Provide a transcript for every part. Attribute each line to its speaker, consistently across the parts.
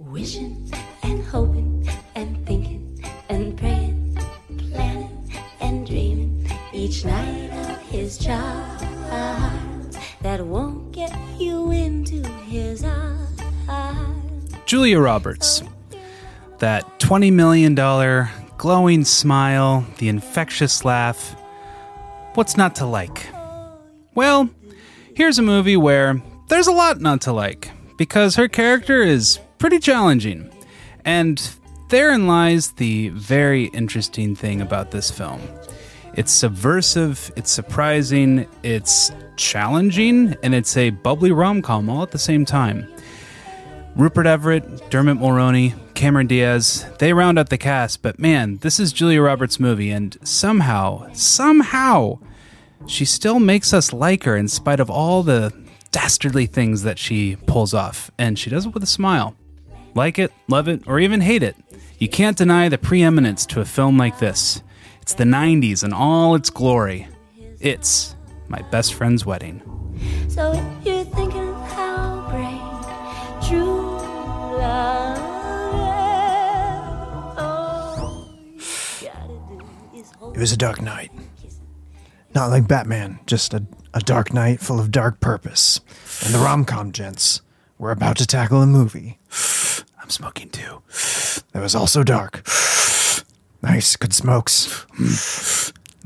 Speaker 1: Wishing and hoping and thinking and praying, planning and dreaming each night of his charms that won't get you into his arms.
Speaker 2: Julia Roberts. That $20 million glowing smile, the infectious laugh. What's not to like? Well, here's a movie where there's a lot not to like because her character is pretty challenging. And therein lies the very interesting thing about this film. It's subversive, it's surprising, it's challenging, and it's a bubbly rom com all at the same time. Rupert Everett, Dermot Mulroney, Cameron Diaz, they round out the cast, but man, this is Julia Roberts' movie, and somehow, somehow, she still makes us like her in spite of all the dastardly things that she pulls off, and she does it with a smile. Like it, love it, or even hate it, you can't deny the preeminence to a film like this. It's the 90s in all its glory. It's My Best Friend's Wedding.
Speaker 1: So if you're thinking of how great true love is, all you gotta do is hold
Speaker 3: It was a dark night. Not like Batman, just a, a dark night full of dark purpose. And the rom com gents were about to tackle a movie
Speaker 2: I'm smoking too.
Speaker 3: that was also dark. Nice, good smokes.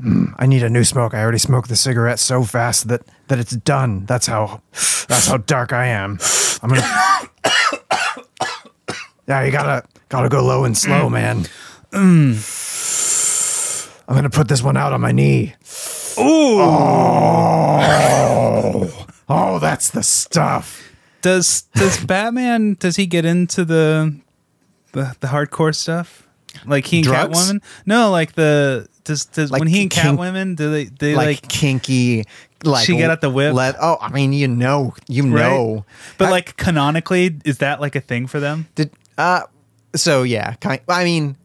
Speaker 3: Mm, I need a new smoke. I already smoked the cigarette so fast that, that it's done. That's how that's how dark I am. I'm gonna Yeah, you gotta gotta go low and slow, man. I'm gonna put this one out on my knee. Oh, that's the stuff.
Speaker 2: Does does Batman does he get into the the, the hardcore stuff? Like he and
Speaker 3: Drugs?
Speaker 2: Catwoman? No, like the does, does
Speaker 3: Like
Speaker 2: when he and
Speaker 3: kink-
Speaker 2: Catwoman do they they
Speaker 3: Like,
Speaker 2: like,
Speaker 3: kinky, like
Speaker 2: She got out the whip?
Speaker 3: Let oh, I mean, you know, you
Speaker 2: right?
Speaker 3: know,
Speaker 2: But
Speaker 3: I-
Speaker 2: like canonically, is that like a thing for them?
Speaker 3: did uh, so yeah, kind. I mean,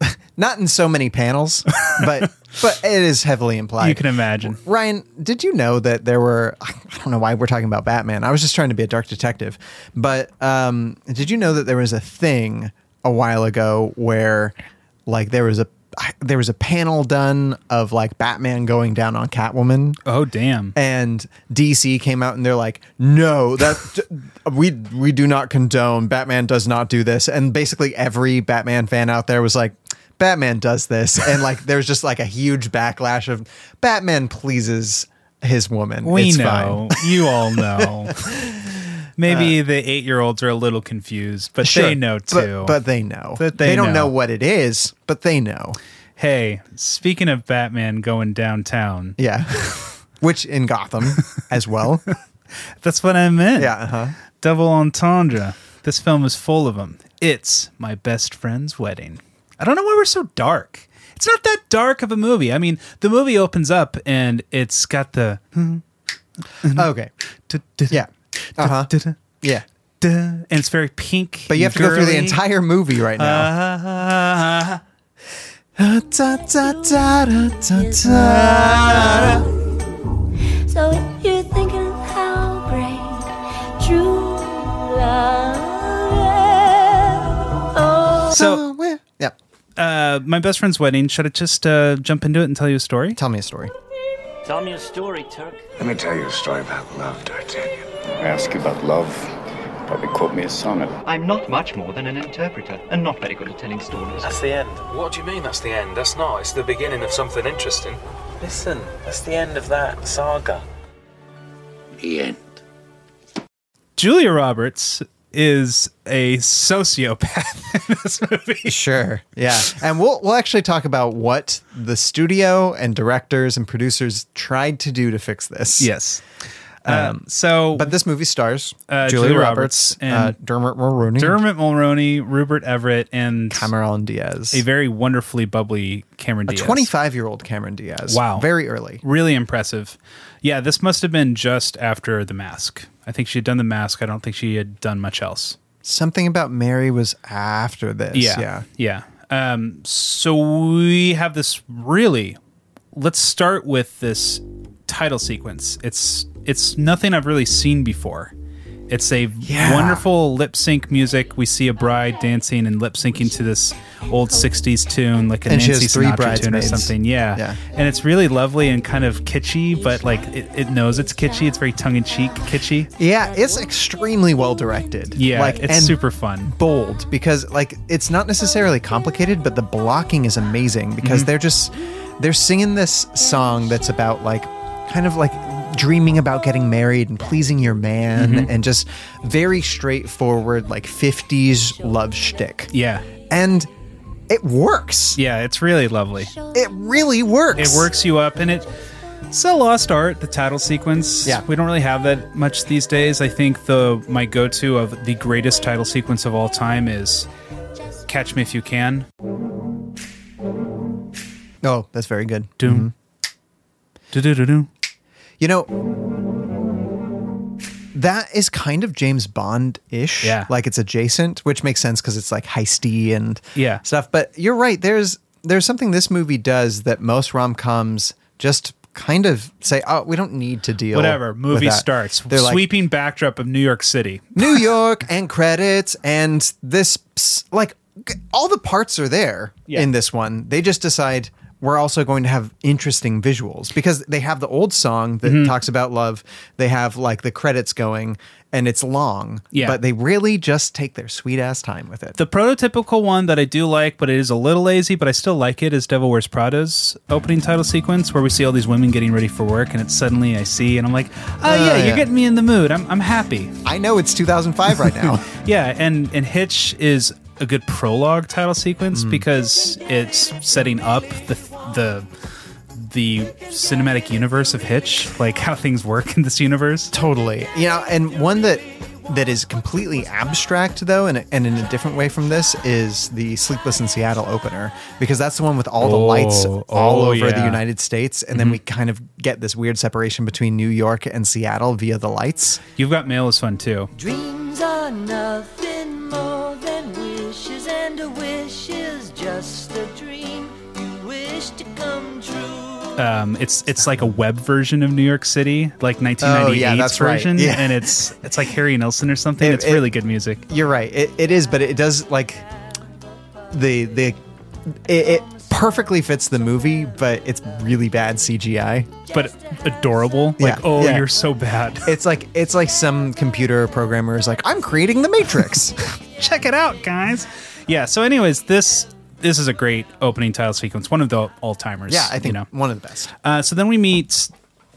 Speaker 3: not in so many panels, but but it is heavily implied.
Speaker 2: you can imagine.
Speaker 3: Ryan, did you know that there were? I don't know why we're talking about Batman. I was just trying to be a dark detective, but um, did you know that there was a thing a while ago where, like, there was a there was a panel done of like Batman going down on Catwoman,
Speaker 2: Oh damn!
Speaker 3: and DC came out and they're like, "No, that we we do not condone. Batman does not do this." And basically every Batman fan out there was like, "Batman does this." And like there's just like a huge backlash of Batman pleases his woman.
Speaker 2: We
Speaker 3: it's
Speaker 2: know. you all know. Maybe the eight-year-olds are a little confused, but
Speaker 3: Fine. Uh, Sure,
Speaker 2: they know
Speaker 3: but-
Speaker 2: too.
Speaker 3: But, they know.
Speaker 2: But they
Speaker 3: don't know
Speaker 2: know.
Speaker 3: what it is, but they know.
Speaker 2: hey, speaking of Batman going downtown,
Speaker 3: Yeah. Which in Gotham as well.
Speaker 2: that's what I meant.
Speaker 3: Yeah, uh-huh.
Speaker 2: double entendre. This film is full of them. It's my best friend's wedding. I don't know why we're so dark. It's not that dark of a movie. I mean, the movie opens up and it's got the Mm-hmm.
Speaker 3: Okay. Yeah. Uh-huh. Yeah.
Speaker 2: and it's very pink.
Speaker 3: But you have to go through the entire movie right
Speaker 2: Uh,
Speaker 3: now.
Speaker 2: entire.
Speaker 3: Da, da, da, da, da, da.
Speaker 1: So if you're thinking of how great true love is, oh,
Speaker 2: So,
Speaker 3: Somewhere- Yep.
Speaker 2: uh, my best friend's wedding. Should I just uh, jump into it and tell you a story?
Speaker 3: Tell me a story.
Speaker 4: Tell me a story, Turk.
Speaker 5: Let me tell you a story about love, D'Artagnan. I ask you about love, probably quote me a sonnet.
Speaker 6: I'm not much more than an interpreter and not very good at telling stories.
Speaker 7: That's the end. What do you mean that's the end? That's not. It's the beginning of something interesting. Listen, that's the end of that saga.
Speaker 5: The end.
Speaker 2: Julia Roberts is a sociopath in this movie.
Speaker 3: Sure. Yeah. And we'll we'll actually talk about what the studio and directors and producers tried to do to fix this.
Speaker 2: Yes. Um, so,
Speaker 3: But this movie stars
Speaker 2: Uh,
Speaker 3: Julia,
Speaker 2: Julia Roberts
Speaker 3: Roberts, uh,
Speaker 2: and-
Speaker 3: Dermot Mulroney,
Speaker 2: Dermot Mulroney, Rupert Everett, and
Speaker 3: Cameron Diaz.
Speaker 2: a very wonderfully bubbly Cameron
Speaker 3: A
Speaker 2: Diaz.
Speaker 3: 25-year-old Cameron Diaz.
Speaker 2: Wow.
Speaker 3: Very early.
Speaker 2: Really impressive. Yeah, this must have been just after The Mask. I think she had done The Mask. I don't think she had done much else.
Speaker 3: Something about Mary was after this.
Speaker 2: Yeah. Yeah. Um, so we have this really. Let's start with this title sequence. It's it's nothing I've really seen before, It's a wonderful lip sync music. We see a bride dancing and lip syncing to this old '60s tune, like a
Speaker 3: And she
Speaker 2: Nancy
Speaker 3: has three
Speaker 2: Sinatra tune or
Speaker 3: bridesmaids.
Speaker 2: something. Yeah.
Speaker 3: Yeah.
Speaker 2: and it's really lovely and kind of kitschy, but like it, it knows it's kitschy. It's very tongue in cheek kitschy.
Speaker 3: Yeah, it's extremely well directed.
Speaker 2: Yeah,
Speaker 3: like
Speaker 2: it's
Speaker 3: and
Speaker 2: super fun.
Speaker 3: bold because like it's not necessarily complicated, but the blocking is amazing because
Speaker 2: Mm-hmm.
Speaker 3: they're just they're singing this song that's about like kind of like dreaming about getting married and pleasing your man
Speaker 2: Mm-hmm.
Speaker 3: and just very straightforward like 50s love shtick.
Speaker 2: Yeah,
Speaker 3: And it works.
Speaker 2: yeah, it's really lovely.
Speaker 3: It really works.
Speaker 2: It works you up, and it. It's a lost art, the title sequence.
Speaker 3: Yeah.
Speaker 2: We don't really have that much these days. I think the my go to of the greatest title sequence of all time is Catch Me If You Can.
Speaker 3: Oh, that's very good.
Speaker 2: Doom. Do-do-do-do.
Speaker 3: You know, that is kind of James Bond ish.
Speaker 2: Yeah.
Speaker 3: Like it's adjacent, which makes sense because it's like heisty and
Speaker 2: Yeah.
Speaker 3: stuff. But you're right. There's there's something this movie does that most rom coms just kind of say, oh, we don't need to deal.
Speaker 2: Whatever.
Speaker 3: with
Speaker 2: Movie
Speaker 3: that."
Speaker 2: starts.
Speaker 3: They're like,
Speaker 2: Sweeping backdrop of New York City.
Speaker 3: New York and credits and this ps- like g- all the parts are there
Speaker 2: Yeah.
Speaker 3: in this one. They just decide we're also going to have interesting visuals because they have the old song that
Speaker 2: Mm-hmm.
Speaker 3: talks about love. They have like the credits going and it's long,
Speaker 2: Yeah.
Speaker 3: but they really just take their sweet ass time with it.
Speaker 2: The prototypical one that I do like, but it is a little lazy, but I still like it, is Devil Wears Prada's opening title sequence, where we see all these women getting ready for work, and it's suddenly I see, and I'm like, oh, yeah,
Speaker 3: yeah.
Speaker 2: you're getting me in the mood. I'm, I'm happy.
Speaker 3: I know it's 2005 right now.
Speaker 2: Yeah, and and Hitch is a good prologue title sequence
Speaker 3: Mm.
Speaker 2: because it's setting up the the the cinematic universe of Hitch, like how things work in this universe.
Speaker 3: totally you know and one that that is completely abstract though and, and in a different way from this is the sleepless in seattle opener because that's the one with all the lights
Speaker 2: Oh,
Speaker 3: all
Speaker 2: oh,
Speaker 3: over the
Speaker 2: yeah. Mm-hmm.
Speaker 3: united states and then we kind of get this weird separation between new york and seattle via the lights
Speaker 2: You've got mail is fun too.
Speaker 8: Dreams are nothing more than wishes, and a wish is just a dream you wish to come true.
Speaker 2: Um, it's it's like a web version of New York City, like 1998
Speaker 3: Oh, that's right.
Speaker 2: version,
Speaker 3: Yeah.
Speaker 2: and it's it's like Harry Nilsson or something.
Speaker 3: It-
Speaker 2: it's
Speaker 3: it-
Speaker 2: really good music.
Speaker 3: you're right it, it is but it does like the the it, it perfectly fits the movie but it's really bad cgi
Speaker 2: but adorable. Like,
Speaker 3: Yeah,
Speaker 2: oh,
Speaker 3: yeah.
Speaker 2: you're so bad.
Speaker 3: it's like it's like some computer programmer is like i'm creating the matrix
Speaker 2: Check it out, guys. Yeah. So, anyways, this this is a great opening title sequence, one of the all timers.
Speaker 3: Yeah, I
Speaker 2: you
Speaker 3: think
Speaker 2: know.
Speaker 3: one of the best.
Speaker 2: Uh, so then we meet.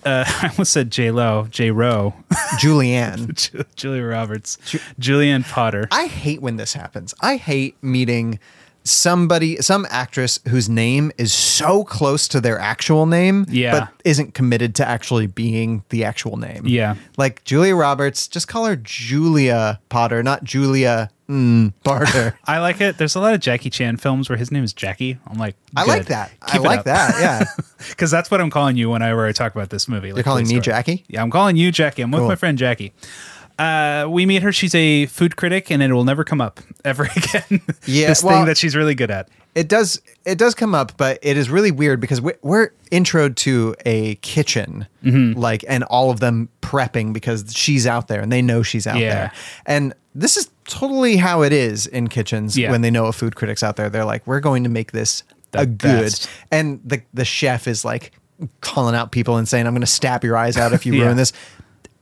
Speaker 2: Uh, I almost said J Lo, J Rowe,
Speaker 3: Julianne.
Speaker 2: Ju- Julia Roberts, Julianne Potter.
Speaker 3: I hate when this happens. I hate meeting somebody, some actress whose name is so close to their actual name,
Speaker 2: Yeah.
Speaker 3: but isn't committed to actually being the actual name.
Speaker 2: Yeah.
Speaker 3: Like Julia Roberts, just call her Julia Potter, not Julia mm, Barter.
Speaker 2: I like it. There's a lot of Jackie Chan films where his name is Jackie. I'm like,
Speaker 3: I like that. I like that. Yeah.
Speaker 2: because that's what I'm calling you whenever I talk about this movie. Like,
Speaker 3: calling
Speaker 2: please
Speaker 3: me
Speaker 2: go ahead.
Speaker 3: Jackie?
Speaker 2: Yeah, I'm calling you Jackie. I'm with
Speaker 3: Cool.
Speaker 2: my friend Jackie. Uh, we meet her. She's a food critic, and it will never come up ever again.
Speaker 3: Yeah,
Speaker 2: this
Speaker 3: well-
Speaker 2: thing that she's really good at.
Speaker 3: it does it does come up but it is really weird because we- we're introed to a kitchen
Speaker 2: Mm-hmm.
Speaker 3: like and all of them prepping because she's out there and they know she's out
Speaker 2: Yeah.
Speaker 3: there and this is totally how it is in kitchens
Speaker 2: Yeah.
Speaker 3: when they know a food critic's out there they're like we're going to make this
Speaker 2: The
Speaker 3: a good
Speaker 2: best.
Speaker 3: and the the chef is like calling out people and saying i'm going to stab your eyes out if you
Speaker 2: Yeah.
Speaker 3: ruin this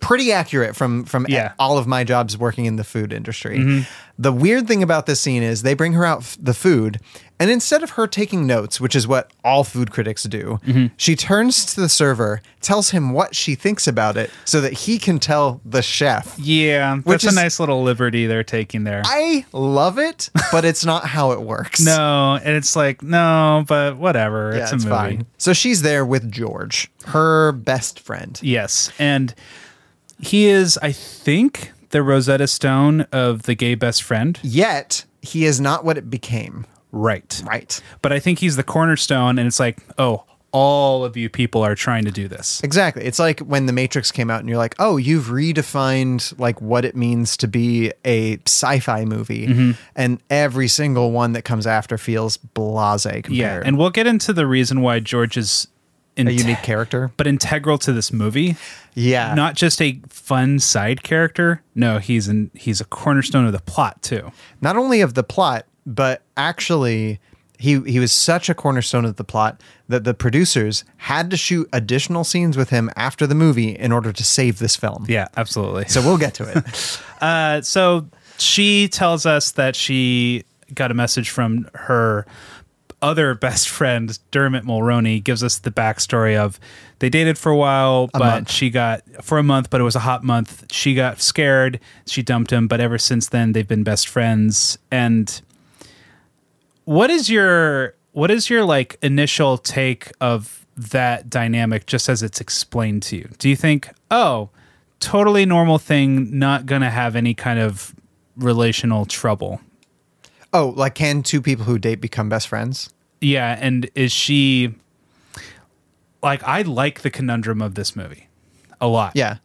Speaker 3: pretty accurate from from
Speaker 2: Yeah. Mm-hmm.
Speaker 3: all of my jobs working in the food industry. The weird thing about this scene is they bring her out f- the food, and instead of her taking notes, which is what all food critics do,
Speaker 2: Mm-hmm.
Speaker 3: she turns to the server, tells him what she thinks about it, so that he can tell the chef.
Speaker 2: Yeah,
Speaker 3: Which
Speaker 2: that's a
Speaker 3: is-
Speaker 2: nice little liberty they're taking there.
Speaker 3: I love it, but it's not how it works.
Speaker 2: no, Oh, and it's like no, but whatever.
Speaker 3: Yeah,
Speaker 2: it's
Speaker 3: it's,
Speaker 2: a movie.
Speaker 3: fine. So she's there with George, her best friend.
Speaker 2: Yes, and he is, I think, the Rosetta Stone of the gay best friend.
Speaker 3: Yet he is not what it became.
Speaker 2: Right.
Speaker 3: Right.
Speaker 2: but I think he's the cornerstone, and it's like, oh, all of you people are trying to do this.
Speaker 3: Exactly. It's like when The Matrix came out and you're like, "Oh, you've redefined like what it means to be a sci-fi movie."
Speaker 2: Mm-hmm.
Speaker 3: And every single one that comes after feels blasé compared.
Speaker 2: Yeah, and we'll get into the reason why George is in
Speaker 3: a unique Ah. character.
Speaker 2: but integral to this movie.
Speaker 3: Yeah.
Speaker 2: Not just a fun side character. No, he's an he's a cornerstone of the plot too.
Speaker 3: not only of the plot, but actually he he was such a cornerstone of the plot that the producers had to shoot additional scenes with him after the movie in order to save this film.
Speaker 2: Yeah, absolutely. So
Speaker 3: So we'll get to it.
Speaker 2: uh, so she tells us that she got a message from her other best friend Dermot Mulroney gives us the backstory of they dated for a while but
Speaker 3: month.
Speaker 2: she got for a month but it was a hot month she got scared she dumped him but ever since then they've been best friends and what is your what is your like initial take of that dynamic just as it's explained to you do you think oh totally normal thing not gonna have any kind of relational trouble
Speaker 3: oh, like can two people who date become best friends?
Speaker 2: yeah and is she like i like the conundrum of this movie a lot
Speaker 3: Yeah.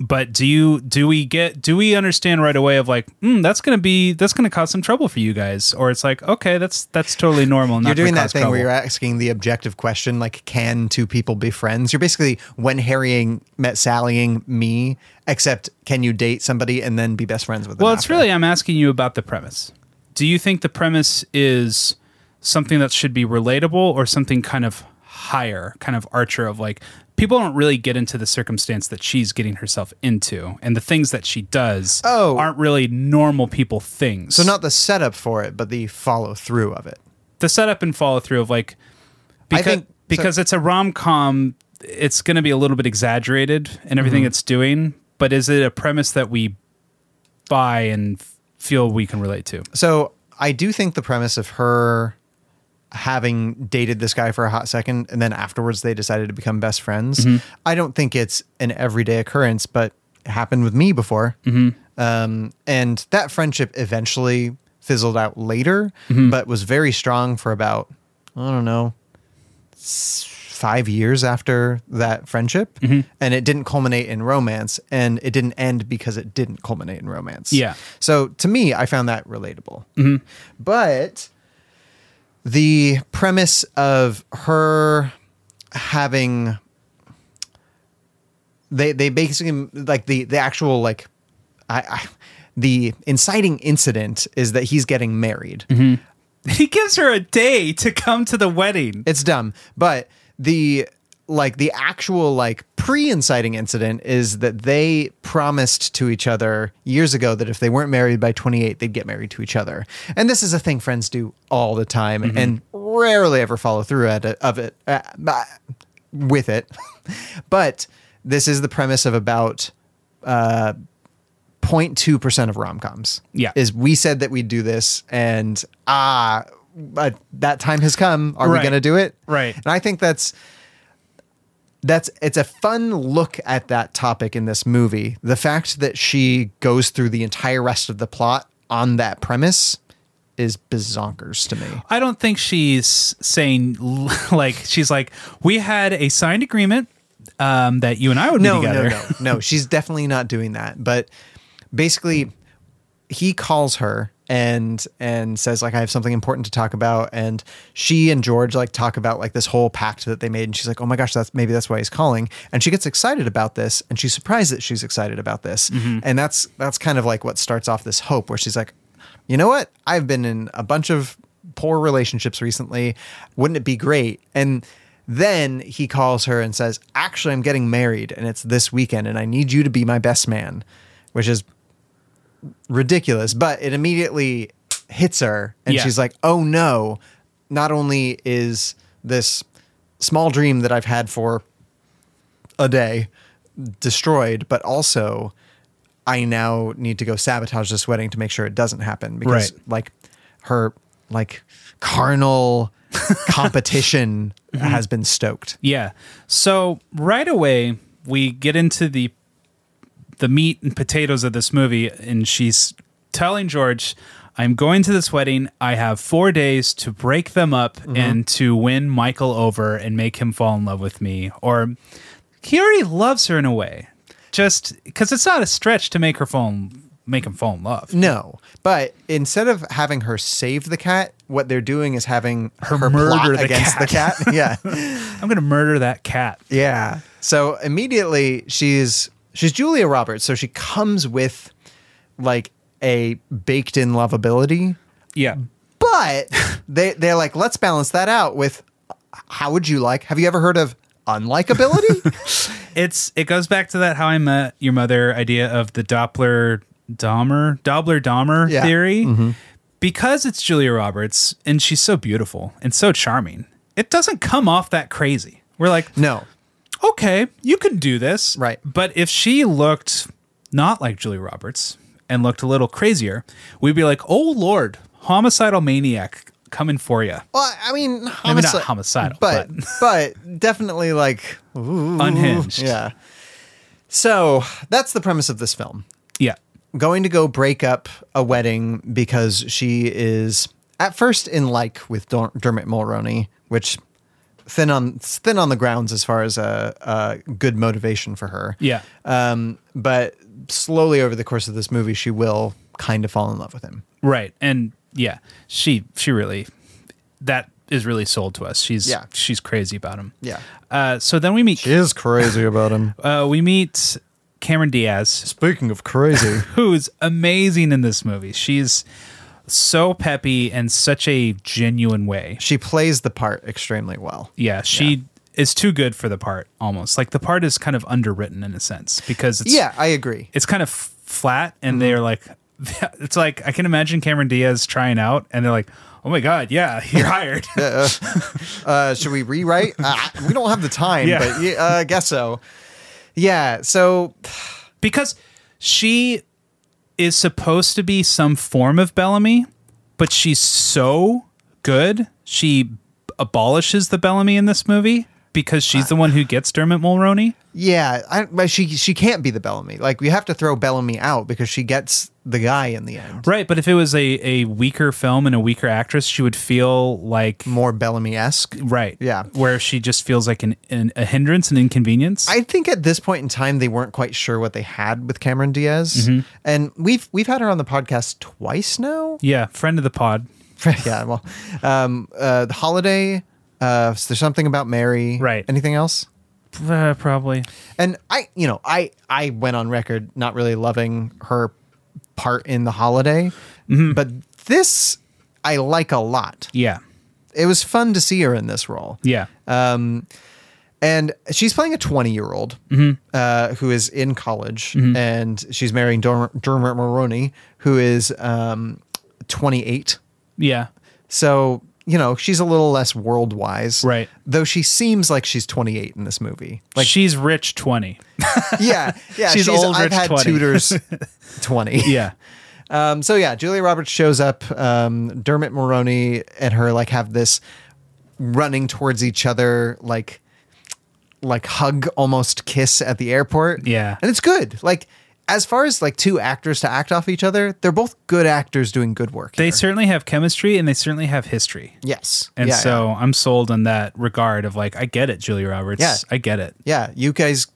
Speaker 2: but do you do we get do we understand right away of like mm, that's gonna be that's gonna cause some trouble for you guys or it's like okay that's that's totally normal not
Speaker 3: You're doing
Speaker 2: gonna
Speaker 3: that
Speaker 2: cause
Speaker 3: thing
Speaker 2: trouble.
Speaker 3: where you're asking the objective question, like, can two people be friends? You're basically when Harrying met Sallying me, except can you date somebody and then be best friends with them?
Speaker 2: Well, it's
Speaker 3: after?
Speaker 2: really I'm asking you about the premise. Do you think the premise is something that should be relatable or something kind of higher, kind of archer of like people don't really get into the circumstance that she's getting herself into and the things that she does
Speaker 3: Oh.
Speaker 2: aren't really normal people things.
Speaker 3: so not the setup for it, but the follow through of it.
Speaker 2: the setup and follow through of like
Speaker 3: I
Speaker 2: because
Speaker 3: think- so-
Speaker 2: because it's a rom-com it's going to be a little bit exaggerated in everything
Speaker 3: Mm-hmm.
Speaker 2: it's doing, but is it a premise that we buy and f- feel we can relate to?
Speaker 3: So I do think the premise of her having dated this guy for a hot second and then afterwards they decided to become best friends. I don't think it's an everyday occurrence, but it happened with me before. Um, and that friendship eventually fizzled out later, but was very strong for about, I don't know, five years after that friendship and it didn't culminate in romance and it didn't end because it didn't culminate in romance
Speaker 2: Yeah.
Speaker 3: so to me i found that relatable but the premise of her having they they basically like the the actual like i, I the inciting incident is that he's getting married
Speaker 2: He gives her a day to come to the wedding.
Speaker 3: It's dumb, but the like the actual like pre-inciting incident is that they promised to each other years ago that if they weren't married by 28 they'd get married to each other and this is a thing friends do all the time and rarely ever follow through at it, of it uh, bah, with it but this is the premise of about uh 0.2% of rom-coms
Speaker 2: Yeah.
Speaker 3: is we said that we'd do this and ah but that time has come are
Speaker 2: Right.
Speaker 3: we going to do it
Speaker 2: Right.
Speaker 3: and i think that's that's it's a fun look at that topic in this movie the fact that she goes through the entire rest of the plot on that premise is bizonkers to me
Speaker 2: I don't think she's saying l- like she's like we had a signed agreement um, that you and I would
Speaker 3: no
Speaker 2: be
Speaker 3: no
Speaker 2: together.
Speaker 3: no no she's definitely not doing that but basically he calls her and and says like I have something important to talk about and she and George like talk about like this whole pact that they made and she's like oh my gosh that's maybe that's why he's calling and she gets excited about this and she's surprised that she's excited about this and that's that's kind of like what starts off this hope where she's like you know what I've been in a bunch of poor relationships recently wouldn't it be great and then he calls her and says actually I'm getting married and it's this weekend and I need you to be my best man which is ridiculous, but it immediately hits her and
Speaker 2: Yeah.
Speaker 3: she's like, "Oh no, not only is this small dream that I've had for a day destroyed, but also I now need to go sabotage this wedding to make sure it doesn't happen because
Speaker 2: Right.
Speaker 3: like her like carnal competition has been stoked.
Speaker 2: Yeah. So right away we get into the the meat and potatoes of this movie, and she's telling George, "I'm going to this wedding. I have four days to break them up and to win Michael over and make him fall in love with me." Or he already loves her in a way, just because it's not a stretch to make her fall in make him fall in love.
Speaker 3: No, but instead of having her save the cat, what they're doing is having her,
Speaker 2: murder
Speaker 3: plot
Speaker 2: the
Speaker 3: against
Speaker 2: cat.
Speaker 3: the cat. Yeah,
Speaker 2: I'm gonna murder that cat.
Speaker 3: yeah. So immediately she's she's Julia Roberts, so she comes with like a baked-in lovability,
Speaker 2: Yeah.
Speaker 3: but they they're like, let's balance that out with how would you like? Have you ever heard of unlikability?
Speaker 2: It's it goes back to that how I met your mother idea of the Doppler Dahmer Doppler Dahmer
Speaker 3: Yeah. Mm-hmm.
Speaker 2: theory. Because it's Julia Roberts and she's so beautiful and so charming, it doesn't come off that crazy. We're like,
Speaker 3: no.
Speaker 2: okay, you can do this.
Speaker 3: Right.
Speaker 2: But if she looked not like Julia Roberts and looked a little crazier, we'd be like, oh, Lord, homicidal maniac coming for you.
Speaker 3: Well, I mean,
Speaker 2: Maybe not
Speaker 3: homici-
Speaker 2: homicidal,
Speaker 3: but but definitely like ooh,
Speaker 2: Unhinged.
Speaker 3: Yeah. So that's the premise of this film.
Speaker 2: Yeah.
Speaker 3: Going to go break up a wedding because she is at first in like with Dor- Dermot Mulroney, which thin on thin on the grounds as far as a, a good motivation for her.
Speaker 2: Yeah.
Speaker 3: Um, but slowly over the course of this movie, she will kind of fall in love with him.
Speaker 2: Right. And yeah, she, she really, that is really sold to us. She's,
Speaker 3: Yeah.
Speaker 2: she's crazy about him.
Speaker 3: Yeah.
Speaker 2: Uh, so then we meet,
Speaker 3: is crazy about him.
Speaker 2: uh, we meet Cameron Diaz,
Speaker 3: Speaking of crazy.
Speaker 2: who's amazing in this movie. She's so peppy in such a genuine way.
Speaker 3: she plays the part extremely well.
Speaker 2: Yeah, she is too good for the part almost. Like the part is kind of underwritten in a sense because it's
Speaker 3: Yeah, Mm-hmm. I agree.
Speaker 2: it's kind of f- flat and they're like it's like I can imagine Cameron Diaz trying out and they're like, "Oh my god, yeah, you're hired."
Speaker 3: Uh, should we rewrite? uh, we don't have the time,
Speaker 2: Yeah.
Speaker 3: but yeah, uh, I guess so. Yeah. So
Speaker 2: because she is supposed to be some form of Bellamy, but she's so good. She abolishes the Bellamy in this movie because she's the one who gets Dermot Mulroney.
Speaker 3: yeah, I, but she she can't be the Bellamy. Like we have to throw Bellamy out because she gets the guy in the end.
Speaker 2: Right, but if it was a, a weaker film and a weaker actress, she would feel like
Speaker 3: More Bellamy esque.
Speaker 2: right.
Speaker 3: Yeah.
Speaker 2: Where she just feels like an, an a hindrance and inconvenience.
Speaker 3: I think at this point in time they weren't quite sure what they had with Cameron Diaz,
Speaker 2: Mm-hmm.
Speaker 3: and we've we've had her on the podcast twice now.
Speaker 2: yeah, friend of the pod.
Speaker 3: yeah, well, um, uh, the holiday. Uh, there's something about Mary.
Speaker 2: Right.
Speaker 3: Anything else?
Speaker 2: Uh, probably.
Speaker 3: And I, you know, I I went on record not really loving her part in the holiday,
Speaker 2: Mm-hmm.
Speaker 3: but this I like a lot.
Speaker 2: Yeah.
Speaker 3: It was fun to see her in this role.
Speaker 2: Yeah.
Speaker 3: And she's playing a 20 year old
Speaker 2: Mm-hmm.
Speaker 3: uh, who is in college and she's marrying Derm- Dermot Maroney, who is um, 28.
Speaker 2: yeah.
Speaker 3: So, you know, she's a little less world wise.
Speaker 2: Right.
Speaker 3: Though she seems like she's 28 in this movie.
Speaker 2: Like she's rich 20.
Speaker 3: Yeah. Yeah.
Speaker 2: She's old,
Speaker 3: I've
Speaker 2: rich
Speaker 3: had
Speaker 2: 20.
Speaker 3: tutors 20.
Speaker 2: Yeah.
Speaker 3: Um, so yeah, Julia Roberts shows up. Um, Dermot Mulroney and her like have this running towards each other, like like hug, almost kiss at the airport.
Speaker 2: Yeah.
Speaker 3: and it's good. Like as far as like two actors to act off each other, they're both good actors doing good work.
Speaker 2: They
Speaker 3: here.
Speaker 2: certainly have chemistry and they certainly have history.
Speaker 3: yes,
Speaker 2: And
Speaker 3: yeah,
Speaker 2: so I'm sold on that regard of like, I get it, Julia Roberts.
Speaker 3: Yeah.
Speaker 2: I get it.
Speaker 3: yeah. yeah, you guys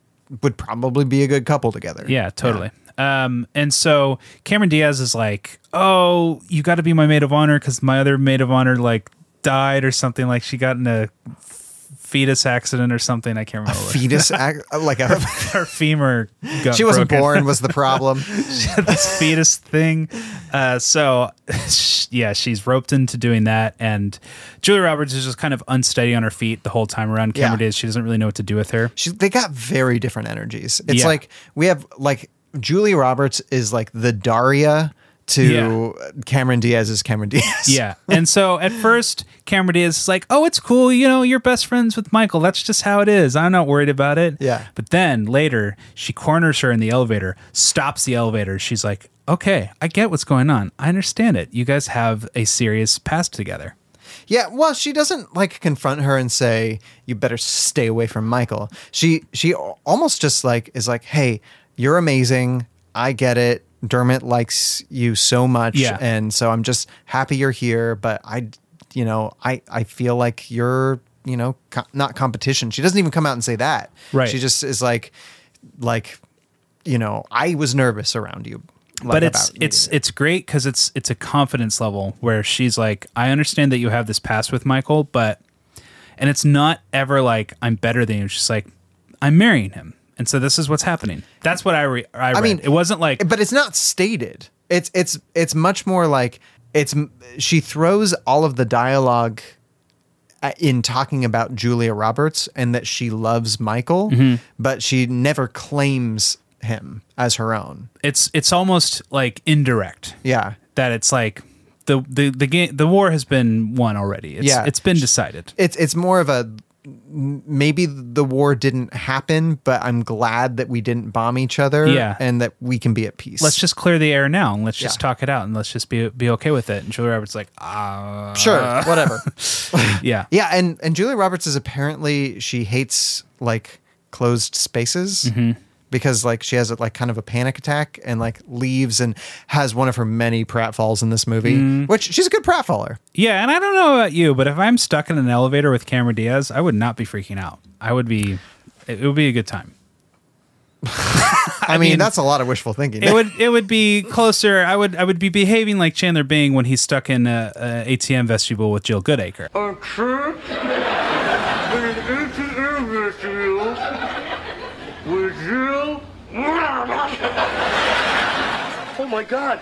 Speaker 3: would probably be a good couple together.
Speaker 2: Yeah, totally. Um, and so Cameron Diaz is like, "Oh, you got to be my maid of honor because my other maid of honor like died or something. Like she got in a f- fetus accident or something. I can't remember. what-
Speaker 3: fetus, act, like a,
Speaker 2: Her femur. Got
Speaker 3: she wasn't
Speaker 2: broken.
Speaker 3: born was the problem.
Speaker 2: She had this fetus thing. Uh, so yeah, she's roped into doing that. And Julia Roberts is just kind of unsteady on her feet the whole time around. Cameron
Speaker 3: Yeah.
Speaker 2: Diaz, she doesn't really know what to do with her.
Speaker 3: she, they got very different energies. It's
Speaker 2: Yeah.
Speaker 3: like we have like Julie Roberts is like the Daria to
Speaker 2: Yeah.
Speaker 3: Cameron Diaz is Cameron Diaz.
Speaker 2: Yeah. And so at first, Cameron Diaz is like, oh, it's cool. You know, you're best friends with Michael. That's just how it is. I'm not worried about it.
Speaker 3: Yeah.
Speaker 2: But then later, she corners her in the elevator, stops the elevator. She's like, okay, I get what's going on. I understand it. You guys have a serious past together.
Speaker 3: Yeah, well, she doesn't like confront her and say you better stay away from Michael. She she al- almost just like is like, "Hey, you're amazing. I get it. Dermot likes you so much
Speaker 2: Yeah.
Speaker 3: and so I'm just happy you're here, but I you know, I I feel like you're, you know, co- not competition." She doesn't even come out and say that.
Speaker 2: Right.
Speaker 3: She just is like like you know, I was nervous around you. like,
Speaker 2: but it's
Speaker 3: about eating
Speaker 2: it's
Speaker 3: it.
Speaker 2: it's great because it's it's a confidence level where she's like, I understand that you have this past with Michael, but and it's not ever like I'm better than you. She's like, I'm marrying him, and so this is what's happening. That's what I re- I, read.
Speaker 3: mean,
Speaker 2: it wasn't like
Speaker 3: but it's not stated. It's it's it's much more like it's she throws all of the dialogue a- in talking about Julia Roberts and that she loves Michael,
Speaker 2: Mm-hmm.
Speaker 3: but she never claims him as her own.
Speaker 2: it's it's almost like indirect
Speaker 3: Yeah.
Speaker 2: that it's like the the the game the war has been won already. It's,
Speaker 3: Yeah.
Speaker 2: it's been decided.
Speaker 3: It's it's more of a maybe the war didn't happen, but I'm glad that we didn't bomb each other
Speaker 2: Yeah.
Speaker 3: and that we can be at peace.
Speaker 2: Let's just clear the air now and let's just
Speaker 3: Yeah.
Speaker 2: talk it out and let's just be be okay with it. And Julia Roberts is like, ah,
Speaker 3: sure, whatever.
Speaker 2: yeah.
Speaker 3: Yeah, and and Julia Roberts is apparently she hates like closed spaces
Speaker 2: Mm-hmm.
Speaker 3: because like she has a, like kind of a panic attack and like leaves and has one of her many pratfalls in this movie,
Speaker 2: Mm-hmm.
Speaker 3: which she's a good pratfaller.
Speaker 2: Yeah, and I don't know about you, but if I'm stuck in an elevator with Cameron Diaz, I would not be freaking out. I would be. It would be a good time.
Speaker 3: I, mean, that's a lot of wishful thinking.
Speaker 2: It would. It would be closer. I would. I would be behaving like Chandler Bing when he's stuck in a, a ATM vestibule with Jill Goodacre.
Speaker 9: Oh my god!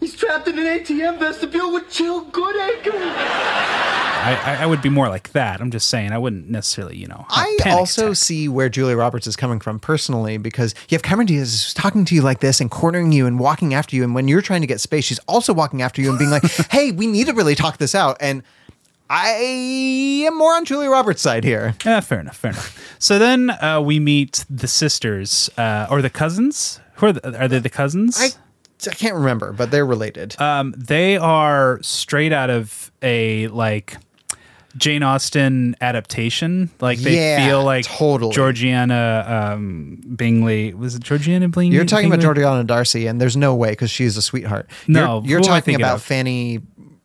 Speaker 9: He's trapped in an ATM vestibule with Jill Goodacre!
Speaker 2: I, I, I would be more like that. I'm just saying. I wouldn't necessarily. You know. have
Speaker 3: I
Speaker 2: panic
Speaker 3: also
Speaker 2: attacks.
Speaker 3: see where Julia Roberts is coming from personally because you have Cameron Diaz who's talking to you like this and cornering you and walking after you. And when you're trying to get space, she's also walking after you and being like, hey, we need to really talk this out. And I am more on Julia Roberts' side here.
Speaker 2: Yeah, fair enough. Fair enough. So then uh, we meet the sisters uh, or the cousins. Who are, the, are they? The cousins.
Speaker 3: I, I can't remember, but they're related.
Speaker 2: Um, they are straight out of a like Jane Austen adaptation. Like they
Speaker 3: Yeah,
Speaker 2: feel like
Speaker 3: totally.
Speaker 2: Georgiana um, Bingley was it Georgiana Bingley?
Speaker 3: you're talking about
Speaker 2: Bingley?
Speaker 3: Georgiana Darcy, and there's no way because she's a sweetheart.
Speaker 2: No,
Speaker 3: you're, you're
Speaker 2: who am I
Speaker 3: talking
Speaker 2: thinking
Speaker 3: about
Speaker 2: of?
Speaker 3: Fanny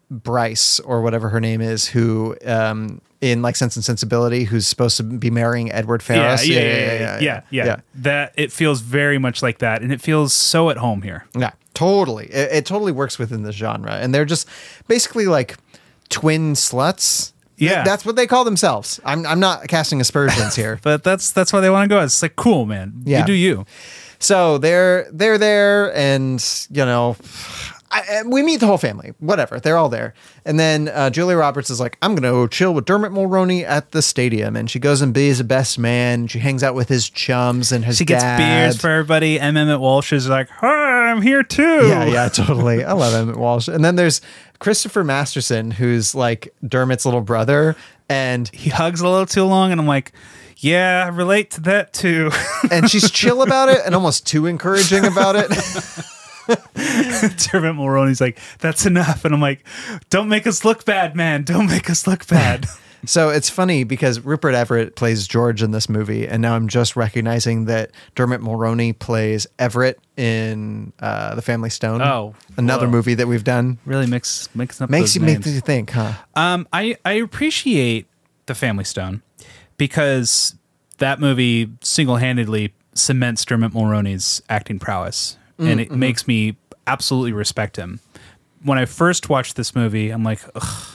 Speaker 3: Bryce or whatever her name is, who um, in like Sense and Sensibility, who's supposed to be marrying Edward
Speaker 2: Yeah
Speaker 3: Ferris.
Speaker 2: yeah yeah yeah, yeah, yeah. That it feels very much like that, and it feels so at home here.
Speaker 3: Yeah, totally. It, it totally works within the genre, and they're just basically like twin sluts. Th-
Speaker 2: Yeah.
Speaker 3: that's what they call themselves. I'm I'm not casting aspersions here.
Speaker 2: But that's that's why they want to go. It's like cool, man.
Speaker 3: Yeah.
Speaker 2: You do you.
Speaker 3: So they're they're there, and you know, I, and we meet the whole family. Whatever, they're all there. And then uh, Julia Roberts is like, "I'm gonna go chill with Dermot Mulroney at the stadium," and she goes and is a best man. She hangs out with his chums and his
Speaker 2: She gets
Speaker 3: dad.
Speaker 2: beers for everybody. And Emmett Walsh is like, "Hi, I'm here too.
Speaker 3: Yeah, yeah, totally. I love Emmett Walsh. And then there's Christopher Masterson, who's like Dermot's little brother, and
Speaker 2: He hugs a little too long, and I'm like, yeah, I relate to that too.
Speaker 3: and she's chill about it and almost too encouraging about it.
Speaker 2: Dermot Mulroney's like, that's enough. And I'm like, don't make us look bad, man. Don't make us look bad.
Speaker 3: So it's funny because Rupert Everett plays George in this movie, and now I'm just recognizing that Dermot Mulroney plays Everett in uh, The Family Stone.
Speaker 2: Oh,
Speaker 3: another
Speaker 2: whoa.
Speaker 3: movie that we've done
Speaker 2: really mix, mixing up
Speaker 3: makes
Speaker 2: Makes
Speaker 3: you
Speaker 2: those you
Speaker 3: makes you think, huh?
Speaker 2: um, I, I appreciate The Family Stone because that movie single-handedly cements Dermot Mulroney's acting prowess.
Speaker 3: Mm,
Speaker 2: and
Speaker 3: mm-hmm.
Speaker 2: it makes me absolutely respect him. When I first watched this movie, I'm like, Ugh,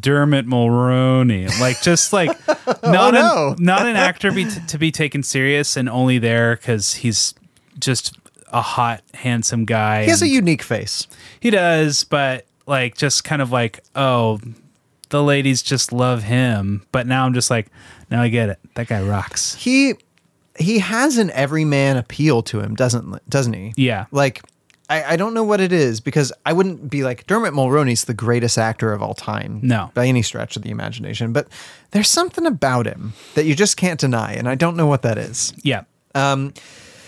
Speaker 2: Dermot Mulroney, like just like not
Speaker 3: Oh, no.
Speaker 2: an, not an actor be t- to be taken serious and only there because he's just a hot, handsome guy.
Speaker 3: He has a
Speaker 2: and-
Speaker 3: unique face.
Speaker 2: he does, but like just kind of like, oh, the ladies just love him. But now I'm just like, now I get it. That guy rocks.
Speaker 3: He he has an everyman appeal to him, doesn't doesn't he?
Speaker 2: Yeah.
Speaker 3: Like I, I don't know what it is because I wouldn't be like Dermot Mulroney's the greatest actor of all time.
Speaker 2: No.
Speaker 3: By any stretch of the imagination. But there's something about him that you just can't deny, and I don't know what that is.
Speaker 2: Yeah.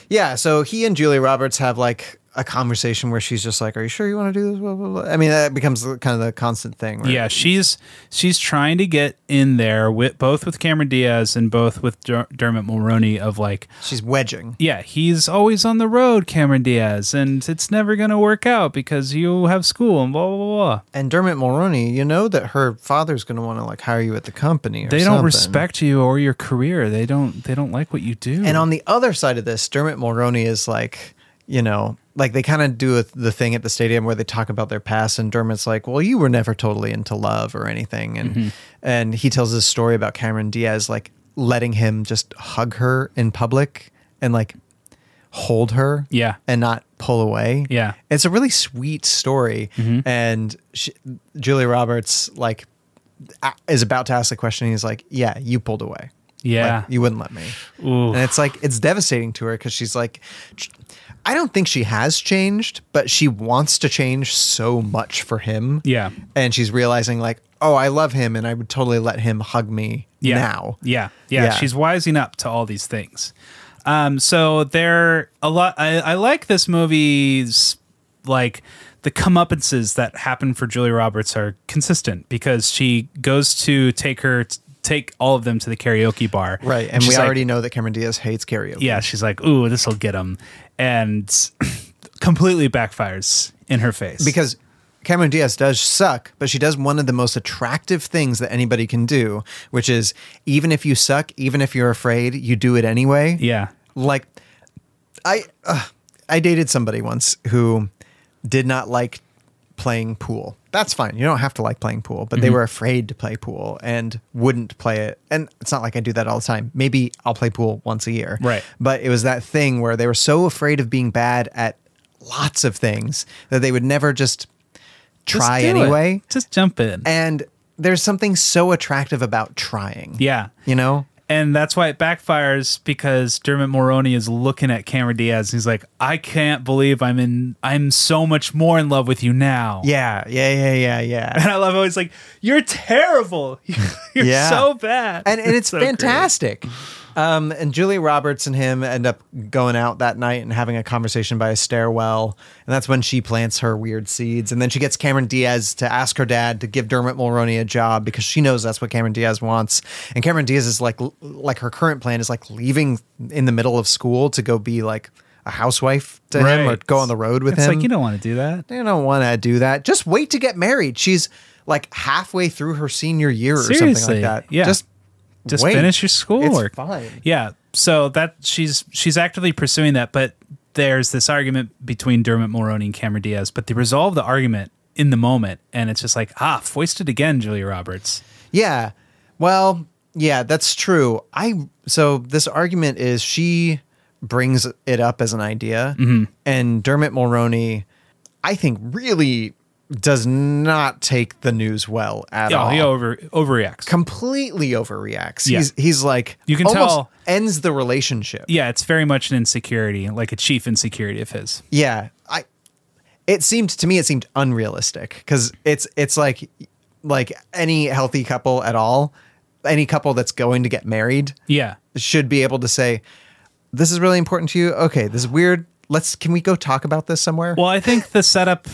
Speaker 3: Yeah, so he and Julia Roberts have like a conversation where she's just like, Are you sure you want to do this? Blah, blah, blah. I mean, that becomes the- kind of the constant thing. Right?
Speaker 2: Yeah, she's she's trying to get in there with both with Cameron Diaz and both with Der- Dermot Mulroney of like,
Speaker 3: She's wedging.
Speaker 2: yeah, he's always on the road, Cameron Diaz, and it's never gonna work out because you have school and blah blah blah. blah.
Speaker 3: And Dermot Mulroney, you know that her father's going to want to like hire you at the company or
Speaker 2: They don't
Speaker 3: something.
Speaker 2: respect you or your career. They don't they don't like what you do.
Speaker 3: And on the other side of this, Dermot Mulroney is like, you know, like they kind of do a, the thing at the stadium where they talk about their past and Dermot's like, "Well, you were never totally into love or anything." And
Speaker 2: Mm-hmm.
Speaker 3: and he tells this story about Cameron Diaz like letting him just hug her in public and like hold her
Speaker 2: Yeah.
Speaker 3: and not pull away.
Speaker 2: Yeah. Mm-hmm.
Speaker 3: It's a really sweet story. And she, Julia Roberts like a- is about to ask the question and he's like, "Yeah, you pulled away."
Speaker 2: Yeah.
Speaker 3: Like, you wouldn't let me. And it's like, it's devastating to her because she's like, ch- I don't think she has changed, but she wants to change so much for him.
Speaker 2: Yeah.
Speaker 3: And she's realizing, like, oh, I love him and I would totally let him hug me
Speaker 2: yeah.
Speaker 3: now.
Speaker 2: Yeah, yeah,
Speaker 3: Yeah.
Speaker 2: She's wising up to all these things. Um, so there a lot. I, I like this movie's like the comeuppances that happen for Julia Roberts are consistent because she goes to take her take all of them to the karaoke bar,
Speaker 3: Right. And we
Speaker 2: she's like-
Speaker 3: already know that Cameron Diaz hates karaoke.
Speaker 2: yeah, she's like, "Ooh, this will get him," and completely backfires in her face
Speaker 3: Because Cameron Diaz does suck, but she does one of the most attractive things that anybody can do, which is even if you suck, even if you're afraid, you do it anyway.
Speaker 2: yeah,
Speaker 3: like i uh, i dated somebody once who did not like playing pool that's fine you don't have to like playing pool but they
Speaker 2: Mm-hmm.
Speaker 3: were afraid to play pool and wouldn't play it and it's not like i do that all the time maybe i'll play pool once a year
Speaker 2: Right.
Speaker 3: but it was that thing where they were so afraid of being bad at lots of things that they would never just
Speaker 2: Just
Speaker 3: try
Speaker 2: do it.
Speaker 3: anyway
Speaker 2: Just jump in,
Speaker 3: and there's something so attractive about trying
Speaker 2: yeah,
Speaker 3: you know
Speaker 2: and that's why it backfires because Dermot Mulroney is looking at Cameron Diaz and he's like, "I can't believe I'm in. I'm so much more in love with you now."
Speaker 3: yeah yeah yeah yeah yeah
Speaker 2: and I love how he's like, "You're terrible. You're
Speaker 3: Yeah.
Speaker 2: so bad."
Speaker 3: and, and it's
Speaker 2: so great.
Speaker 3: fantastic. Um, and Julia Roberts and him end up going out that night and having a conversation by a stairwell, and that's when she plants her weird seeds. And then she gets Cameron Diaz to ask her dad to give Dermot Mulroney a job because she knows that's what Cameron Diaz wants. And Cameron Diaz is like, like her current plan is like leaving in the middle of school to go be like a housewife to him or
Speaker 2: Right.
Speaker 3: go on the road with
Speaker 2: It's
Speaker 3: him.
Speaker 2: like you don't want to do that.
Speaker 3: I don't want to do that. Just wait to get married. She's like halfway through her senior year or something
Speaker 2: Seriously,
Speaker 3: like that.
Speaker 2: yeah.
Speaker 3: Just
Speaker 2: just
Speaker 3: wait.
Speaker 2: finish your schoolwork.
Speaker 3: It's fine.
Speaker 2: Yeah. So that she's she's actively pursuing that, but there's this argument between Dermot Mulroney and Cameron Diaz, but they resolve the argument in the moment, and it's just like ah, foisted again, Julia Roberts.
Speaker 3: Yeah. Well, yeah, that's true. I so this argument is she brings it up as an idea
Speaker 2: Mm-hmm.
Speaker 3: and Dermot Mulroney I think really does not take the news well at
Speaker 2: Yeah,
Speaker 3: all.
Speaker 2: he over overreacts.
Speaker 3: completely overreacts.
Speaker 2: Yeah.
Speaker 3: He's he's like
Speaker 2: You can
Speaker 3: almost
Speaker 2: tell-
Speaker 3: ends the relationship.
Speaker 2: yeah, it's very much an insecurity, like a chief insecurity of his.
Speaker 3: yeah i it seemed to me it seemed unrealistic because it's it's like like any healthy couple at all any couple that's going to get married
Speaker 2: Yeah.
Speaker 3: should be able to say this is really important to you okay this is weird let's can we go talk about this somewhere
Speaker 2: Well, I think the setup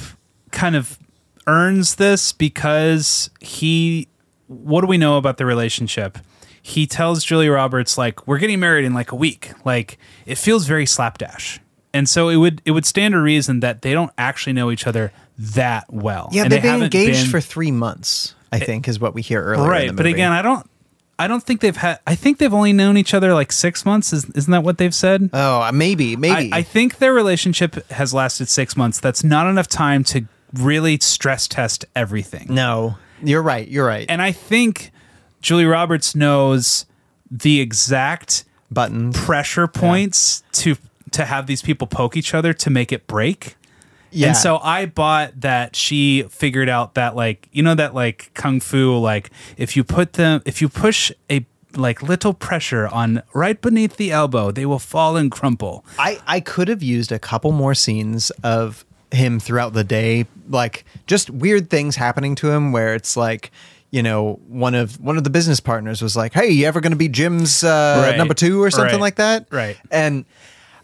Speaker 2: kind of earns this because he. What do we know about the relationship? He tells Julia Roberts like we're getting married in like a week. Like it feels very slapdash, and so it would it would stand to reason that they don't actually know each other that well.
Speaker 3: yeah
Speaker 2: and
Speaker 3: they've been
Speaker 2: haven't
Speaker 3: engaged
Speaker 2: been- Eh,
Speaker 3: for three months i think is what we hear earlier in
Speaker 2: right.
Speaker 3: the
Speaker 2: But
Speaker 3: movie.
Speaker 2: again, I don't. I don't think they've had. I think they've only known each other like six months. Is, isn't that what they've said?
Speaker 3: oh uh, maybe maybe
Speaker 2: I, I think their relationship has lasted six months. That's not enough time to really stress test everything.
Speaker 3: no you're right you're right
Speaker 2: And I think Julie Roberts knows the exact
Speaker 3: button
Speaker 2: pressure points to to have these people poke each other to make it break.
Speaker 3: yeah
Speaker 2: And so I bought that she figured out that like you know that like kung fu like if you put them if you push a like little pressure on right beneath the elbow they will fall and crumple.
Speaker 3: I, I could have used a couple more scenes of him throughout the day, like just weird things happening to him where it's like, you know, one of one of the business partners was like, "Hey, you ever going to be Jim's uh,
Speaker 2: Right.
Speaker 3: number two or something
Speaker 2: Right.
Speaker 3: like that?"
Speaker 2: Right.
Speaker 3: And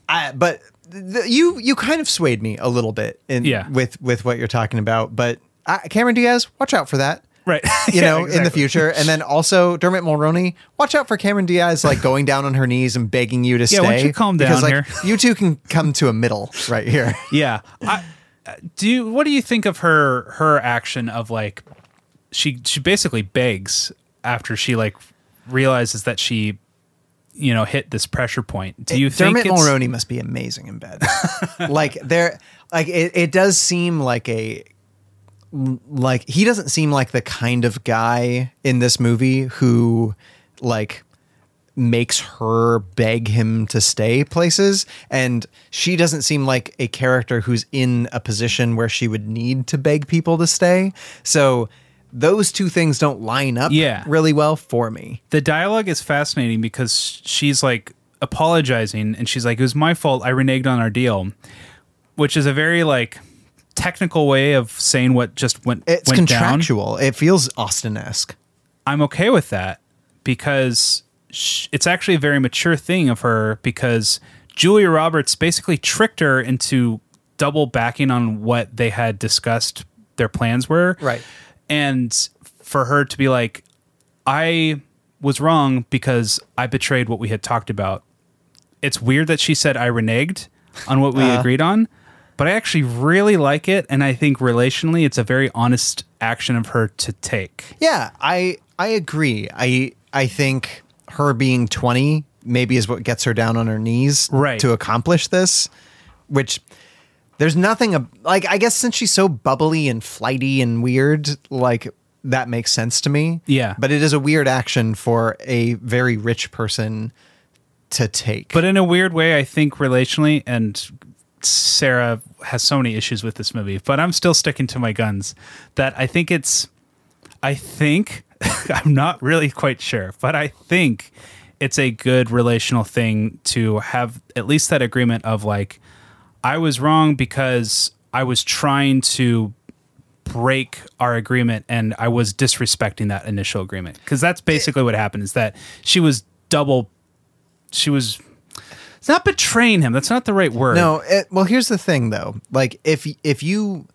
Speaker 3: I, but th- you you kind of swayed me a little bit in
Speaker 2: Yeah.
Speaker 3: with with what you're talking about. But I, Cameron Diaz, watch out for that.
Speaker 2: Right.
Speaker 3: You
Speaker 2: Yeah,
Speaker 3: know, in the
Speaker 2: exactly.
Speaker 3: future, and then also Dermot Mulroney, watch out for Cameron Diaz like going down on her knees and begging you to
Speaker 2: Yeah,
Speaker 3: stay.
Speaker 2: why don't you calm
Speaker 3: because,
Speaker 2: down
Speaker 3: like,
Speaker 2: here?
Speaker 3: you two can come to a middle right here.
Speaker 2: Yeah. I, uh, do you, what do you think of her her action of like she she basically begs after she like realizes that she you know, hit this pressure point. Do
Speaker 3: It-
Speaker 2: you think
Speaker 3: Eh, Dermot
Speaker 2: it's-
Speaker 3: Mulroney must be amazing in bed? like there, like it, it does seem like a like he doesn't seem like the kind of guy in this movie who like makes her beg him to stay places and she doesn't seem like a character who's in a position where she would need to beg people to stay so those two things don't line up
Speaker 2: Yeah.
Speaker 3: really well for me
Speaker 2: the dialogue is fascinating because she's like apologizing and she's like it was my fault i reneged on our deal which is a very like technical way of saying what just went
Speaker 3: it's
Speaker 2: went down
Speaker 3: contractual it feels austin-esque
Speaker 2: i'm okay with that because sh it's actually a very mature thing of her because julia roberts basically tricked her into double backing on what they had discussed their plans were
Speaker 3: Right.
Speaker 2: and for her to be like i was wrong because i betrayed what we had talked about it's weird that she said i reneged on what we agreed on but i actually really like it and i think relationally it's a very honest action of her to take
Speaker 3: Yeah, I I agree. I I think her being 20 maybe is what gets her down on her knees
Speaker 2: Right.
Speaker 3: to accomplish this, which there's nothing ab- like I guess since she's so bubbly and flighty and weird, like that makes sense to me.
Speaker 2: Yeah.
Speaker 3: But it is a weird action for a very rich person to take.
Speaker 2: but in a weird way i think relationally and sarah has so many issues with this movie but i'm still sticking to my guns that i think it's i think i'm not really quite sure but i think it's a good relational thing to have at least that agreement of like i was wrong because i was trying to break our agreement and I was disrespecting that initial agreement because that's basically what happened is that she was double she was it's not betraying him that's not the right word
Speaker 3: No, it, well, here's the thing though. Like if if you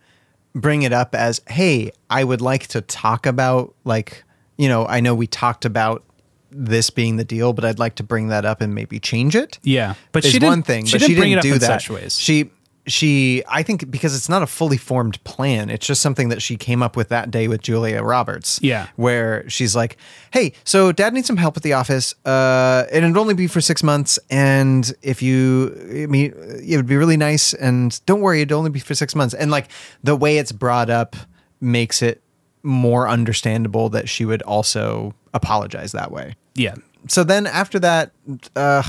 Speaker 3: bring it up as, "Hey, I would like to talk about like, you know, I know we talked about this being the deal, but I'd like to bring that up and maybe change it."
Speaker 2: yeah but
Speaker 3: is
Speaker 2: she didn't,
Speaker 3: one thing,
Speaker 2: she
Speaker 3: but
Speaker 2: didn't
Speaker 3: she
Speaker 2: bring
Speaker 3: didn't
Speaker 2: it up
Speaker 3: do
Speaker 2: in
Speaker 3: that.
Speaker 2: such ways
Speaker 3: She she I think because it's not a fully formed plan, it's just something that she came up with that day with Julia Roberts.
Speaker 2: Yeah.
Speaker 3: Where she's like, Hey, so dad needs some help at the office. Uh and it'd only be for six months, and if you I mean it would be really nice and don't worry, it'd only be for six months. And like the way it's brought up makes it more understandable that she would also apologize that way
Speaker 2: yeah
Speaker 3: so then after that, uh,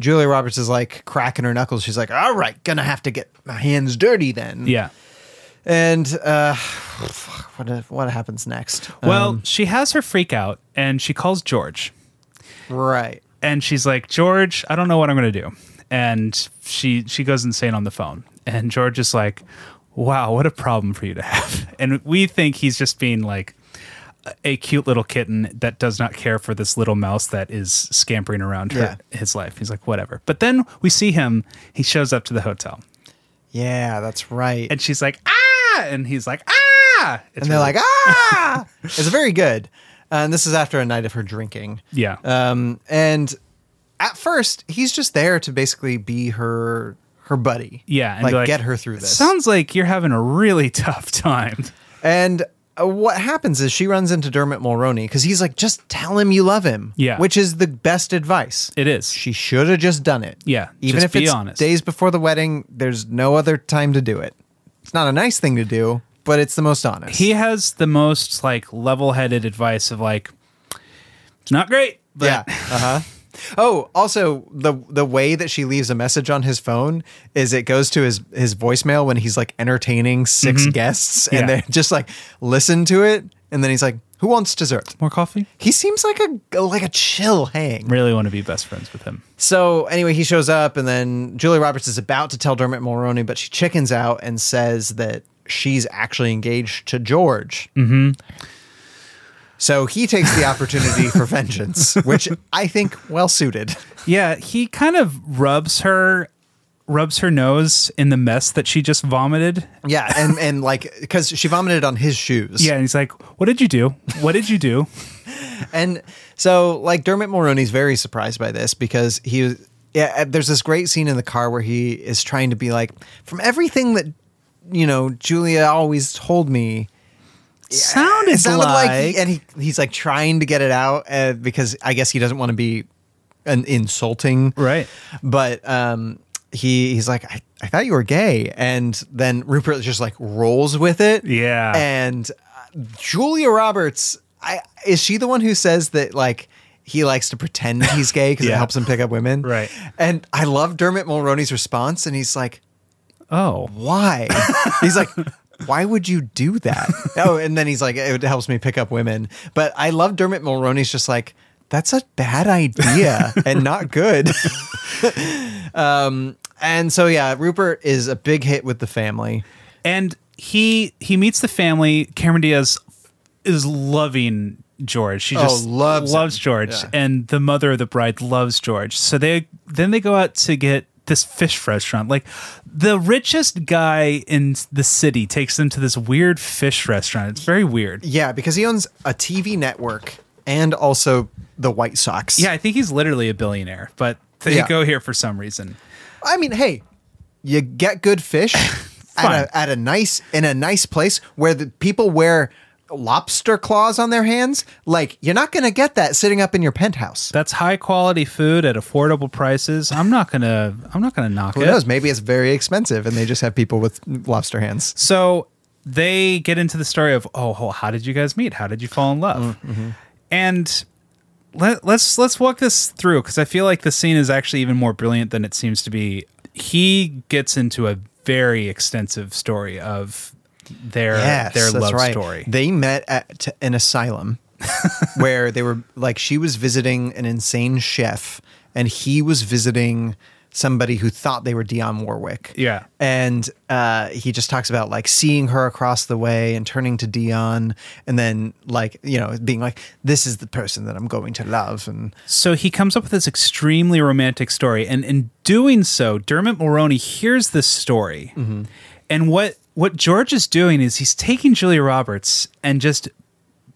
Speaker 3: Julia Roberts is like cracking her knuckles. She's like, "All right, gonna have to get my hands dirty then."
Speaker 2: yeah
Speaker 3: And uh, fuck, what what happens next?
Speaker 2: well she has her freak out and she calls George
Speaker 3: Um, right.
Speaker 2: and she's like, George, I don't know what I'm gonna do. And she she goes insane on the phone. And George is like, Wow, what a problem for you to have. And we think he's just being like a cute little kitten that does not care for this little mouse that is scampering around her, his life. He's like, whatever. But then we see him. He shows up to the hotel,
Speaker 3: Yeah, that's right.
Speaker 2: and she's like, ah, and he's like, ah, It's
Speaker 3: and they're
Speaker 2: really-
Speaker 3: like, "Ah!" it's very good. And this is after a night of her drinking.
Speaker 2: yeah,
Speaker 3: Um, and at first, he's just there to basically be her her buddy.
Speaker 2: yeah, and
Speaker 3: like,
Speaker 2: be
Speaker 3: get her through this.
Speaker 2: Sounds like you're having a really tough time.
Speaker 3: And uh, what happens is she runs into Dermot Mulroney because he's like, just tell him you love him.
Speaker 2: Yeah.
Speaker 3: Which is the best advice.
Speaker 2: It is.
Speaker 3: She should have just done it.
Speaker 2: Yeah,
Speaker 3: Even
Speaker 2: just
Speaker 3: if
Speaker 2: be
Speaker 3: it's
Speaker 2: honest.
Speaker 3: days before the wedding, there's no other time to do it. It's not a nice thing to do, but it's the most honest.
Speaker 2: he has the most like level-headed advice of like it's not great but
Speaker 3: yeah. Uh huh. Oh, also the the way that she leaves a message on his phone is it goes to his his voicemail when he's like entertaining 6 guests and
Speaker 2: Mm-hmm. Yeah.
Speaker 3: they just like listen to it and then he's like, "Who wants dessert?"
Speaker 2: more coffee
Speaker 3: He seems like a like a chill hang.
Speaker 2: really want to be best friends with him
Speaker 3: So anyway, he shows up, and then Julia Roberts is about to tell Dermot Mulroney, but she chickens out and says that she's actually engaged to George. Mm-hmm. So he takes the opportunity for vengeance, which I think well suited.
Speaker 2: yeah he kind of rubs her rubs her nose in the mess that she just vomited
Speaker 3: Yeah, and and like because she vomited on his shoes.
Speaker 2: yeah and he's like what did you do what did you do
Speaker 3: And so, like, Dermot Mulroney's very surprised by this because he was, yeah, uh, there's this great scene in the car where he is trying to be like, from everything that, you know, Julia always told me,
Speaker 2: sounded,
Speaker 3: it sounded like,
Speaker 2: like
Speaker 3: and he, he's like trying to get it out uh, because I guess he doesn't want to be an insulting
Speaker 2: Right.
Speaker 3: but um he he's like I, I thought you were gay and then Rupert just like rolls with it
Speaker 2: Yeah.
Speaker 3: and uh, Julia Roberts I is she the one who says that like he likes to pretend he's gay because
Speaker 2: Yeah.
Speaker 3: it helps him pick up women
Speaker 2: Right.
Speaker 3: and I love Dermot Mulroney's response and he's like
Speaker 2: Oh.
Speaker 3: why? he's like, why would you do that? Oh, and then he's like, it helps me pick up women. But I love Dermot Mulroney's just like, that's a bad idea and not good. um, and so yeah, Rupert is a big hit with the family.
Speaker 2: and he he meets the family. Cameron Diaz is loving George. She just
Speaker 3: Oh, loves him.
Speaker 2: George,
Speaker 3: Yeah.
Speaker 2: and the mother of the bride loves George. So they then they go out to get this fish restaurant. Like the richest guy in the city takes them to this weird fish restaurant. It's very weird.
Speaker 3: Yeah, because he owns a TV network and also the White Sox.
Speaker 2: Yeah, I think he's literally a billionaire, but they
Speaker 3: Yeah.
Speaker 2: go here for some reason.
Speaker 3: I mean, hey, you get good fish
Speaker 2: Fine.
Speaker 3: at, a, at a nice in a nice place where the people wear lobster claws on their hands. Like you're not going to get that sitting up in your penthouse.
Speaker 2: That's high quality food at affordable prices. I'm not gonna I'm not gonna knock
Speaker 3: Who
Speaker 2: it.
Speaker 3: knows? Maybe it's very expensive, and they just have people with lobster hands.
Speaker 2: So they get into the story of oh, ho- how did you guys meet? How did you fall in love?
Speaker 3: Mm, mm-hmm.
Speaker 2: And let, let's let's walk this through because I feel like the scene is actually even more brilliant than it seems to be. He gets into a very extensive story of their
Speaker 3: Yes,
Speaker 2: their
Speaker 3: that's
Speaker 2: love
Speaker 3: right.
Speaker 2: story.
Speaker 3: They met at an asylum where they were like she was visiting an insane chef, and he was visiting somebody who thought they were Dionne Warwick.
Speaker 2: Yeah.
Speaker 3: and uh, he just talks about like seeing her across the way and turning to Dion, and then like you know being like, "This is the person that I'm going to love," and
Speaker 2: So he comes up with this extremely romantic story, and in doing so, Dermot Mulroney hears this story, and what what George is doing is he's taking Julia Roberts and just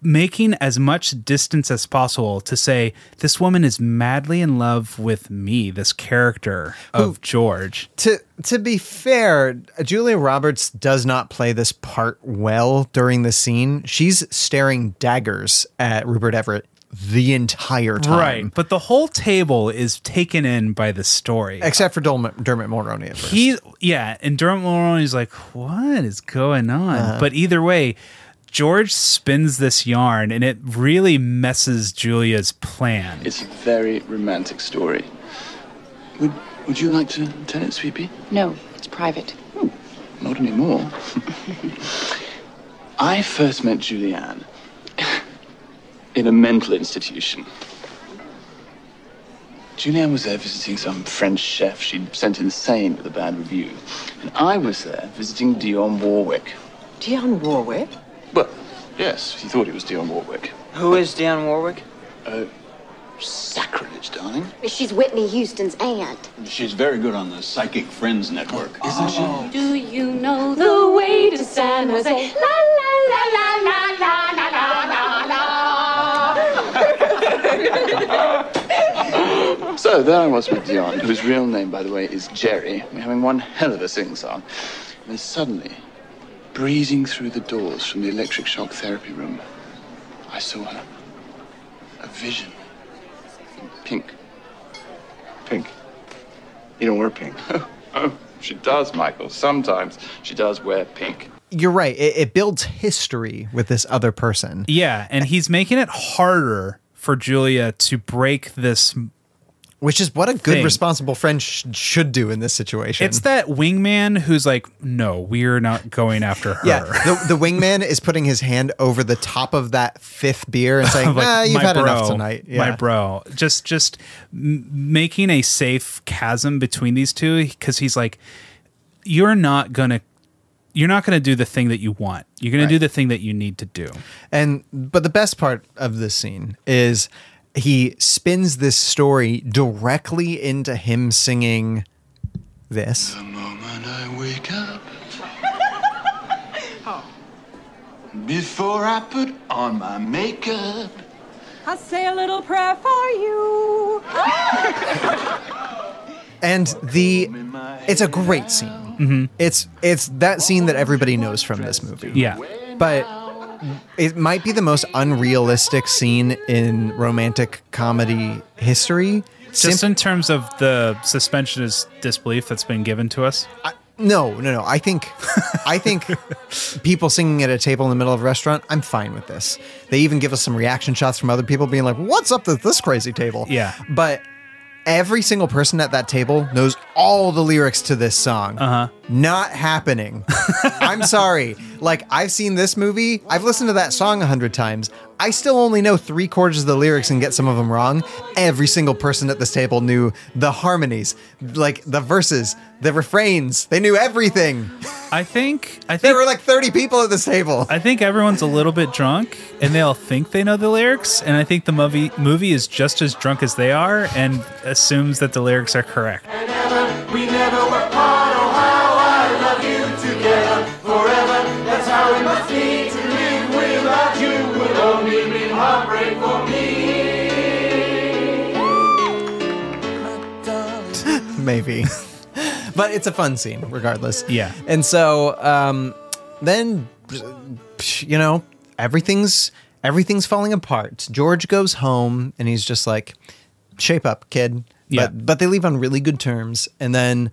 Speaker 2: making as much distance as possible to say this woman is madly in love with me, this character of George.
Speaker 3: to to be fair, Julia Roberts does not play this part well during the scene. She's staring daggers at Rupert Everett the entire time.
Speaker 2: Um, but the whole table is taken in by the story.
Speaker 3: Except for Dermot, Dermot Mulroney at first.
Speaker 2: He yeah, and Dermot Mulroney's like, what is going on?
Speaker 3: Uh-huh.
Speaker 2: But either way, George spins this yarn, and it really messes Julia's plan.
Speaker 5: It's a very romantic story. Would Would you like to tell it, Sweepy?
Speaker 10: No, it's private.
Speaker 5: Not anymore. I first met Julianne in a mental institution. Julianne was there visiting some French chef she'd sent insane with a bad review. And I was there visiting Dionne Warwick.
Speaker 10: Dionne Warwick?
Speaker 5: Well, yes, he thought it was Dionne Warwick.
Speaker 8: Who is Dionne Warwick?
Speaker 5: Sacrilege, darling.
Speaker 1: She's Whitney Houston's aunt.
Speaker 5: She's very good on the Psychic Friends Network. Isn't she?
Speaker 1: Do you know the way to San Jose? La la la la la la la la la la.
Speaker 5: So there I was with Dion, whose real name, by the way, is Jerry. We're having one hell of a sing-song. And then suddenly, breezing through the doors from the electric shock therapy room, I saw her. A vision. In pink. Pink. You don't wear pink. oh, she does, Michael. Sometimes she does wear pink.
Speaker 3: You're right. It, it builds history with this other person.
Speaker 2: Yeah, and he's making it harder for Julia to break this.
Speaker 3: Which is what a good
Speaker 2: Thing.
Speaker 3: responsible friend sh- should do in this situation.
Speaker 2: It's that wingman who's like, no, we're not going after her.
Speaker 3: yeah, the, the wingman is putting his hand over the top of that fifth beer and saying,
Speaker 2: Of, like,
Speaker 3: "Nah, you've
Speaker 2: my
Speaker 3: had enough
Speaker 2: bro,
Speaker 3: tonight."
Speaker 2: My bro, just just m- making a safe chasm between these two because he's like, you're not gonna, you're not gonna do the thing that you want. You're gonna do
Speaker 3: Right.
Speaker 2: the thing that you need to do.
Speaker 3: And but the best part of this scene is he spins this story directly into him singing this.
Speaker 5: The moment I wake up. Before I put on my makeup.
Speaker 10: I'll say a little prayer for you.
Speaker 3: And the it's a great scene. It's it's that scene that everybody knows from this movie.
Speaker 2: Yeah,
Speaker 3: But it might be the most unrealistic scene in romantic comedy history
Speaker 2: Just in terms of the suspension of disbelief that's been given to us.
Speaker 3: No, no, no. I think, I think people singing at a table in the middle of a restaurant. I'm fine with this. They even give us some reaction shots from other people being like, "What's up with this crazy table?"
Speaker 2: Yeah.
Speaker 3: But every single person at that table knows all the lyrics to this song. Uh huh. Not happening. I'm sorry. Like I've seen this movie. I've listened to that song a hundred times. I still only know three quarters of the lyrics and get some of them wrong. Every single person at this table knew the harmonies, like the verses, the refrains. They knew everything.
Speaker 2: I think I think
Speaker 3: there were like 30 people at this table.
Speaker 2: I think everyone's a little bit drunk, and they all think they know the lyrics. And I think the movie movie is just as drunk as they are, and assumes that the lyrics are correct.
Speaker 9: Never, we never were apart. Oh, how I love you together forever. That's how it must be to live without you. Would only mean heartbreak for me.
Speaker 3: maybe. but it's a fun scene, regardless.
Speaker 2: Yeah.
Speaker 3: And so um, then, you know, everything's everything's falling apart. George goes home, and he's just like, "Shape up, kid."
Speaker 2: Yeah.
Speaker 3: But but they leave on really good terms, and then.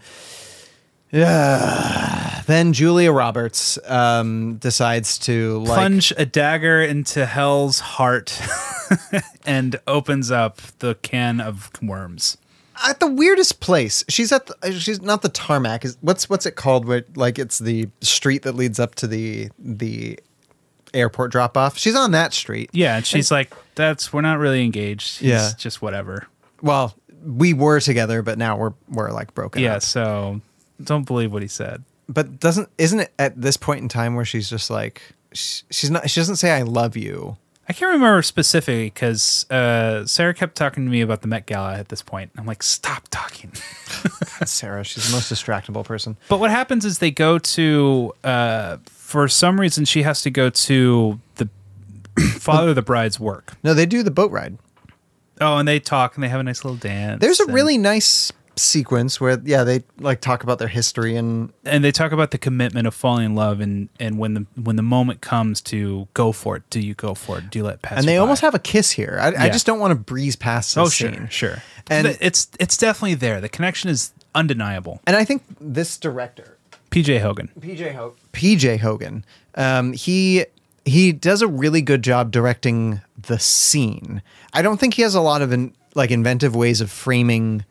Speaker 3: Yeah. Then Julia Roberts um, decides to like
Speaker 2: Plunge a dagger into Hell's heart, and opens up the can of worms.
Speaker 3: at the weirdest place. She's at the, uh, she's not the tarmac. Is what's what's it called? Where like it's the street that leads up to the the airport drop off. She's on that street.
Speaker 2: Yeah, and she's like, "That's we're not really engaged. He's
Speaker 3: Yeah.
Speaker 2: just whatever."
Speaker 3: Well, we were together, but now we're we're like broken.
Speaker 2: Yeah,
Speaker 3: up.
Speaker 2: so don't believe what he said.
Speaker 3: But doesn't isn't it at this point in time where she's just like sh- she's not she doesn't say I love you.
Speaker 2: I can't remember specifically because uh, Sarah kept talking to me about the Met Gala at this point. I'm like, stop talking.
Speaker 3: God, Sarah, she's the most distractible person.
Speaker 2: But what happens is they go to, uh, for some reason, she has to go to the father of the bride's work.
Speaker 3: No, they do the boat ride.
Speaker 2: Oh, and they talk and they have a nice little dance.
Speaker 3: There's a
Speaker 2: and-
Speaker 3: really nice sequence where yeah they like talk about their history and
Speaker 2: and they talk about the commitment of falling in love and and when the when the moment comes to go for it, do you go for it? Do you let it pass?
Speaker 3: and
Speaker 2: you
Speaker 3: they
Speaker 2: by?
Speaker 3: almost have a kiss here. I, I
Speaker 2: Yeah.
Speaker 3: just don't want to breeze past this
Speaker 2: oh
Speaker 3: scene.
Speaker 2: sure sure
Speaker 3: And-
Speaker 2: and it's it's definitely there. The connection is undeniable.
Speaker 3: And I think this director,
Speaker 2: PJ Hogan.
Speaker 3: PJ Hogan, PJ Hogan, um, he he does a really good job directing the scene. I don't think he has a lot of in, like inventive ways of framing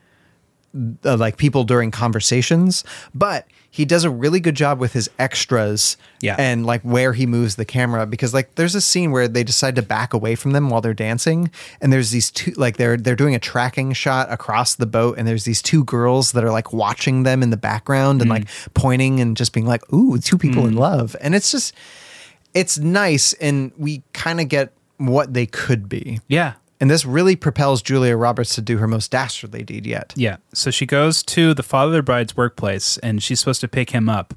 Speaker 3: uh, like people during conversations, but he does a really good job with his extras
Speaker 2: Yeah.
Speaker 3: and like where he moves the camera because like there's a scene where they decide to back away from them while they're dancing and there's these two like they're they're doing a tracking shot across the boat and there's these two girls that are like watching them in the background and like pointing and just being like ooh two people in love and it's just it's nice and we kind of get what they could be.
Speaker 2: Yeah.
Speaker 3: And this really propels Julia Roberts to do her most dastardly deed yet.
Speaker 2: Yeah. So she goes to the father of the bride's workplace and she's supposed to pick him up.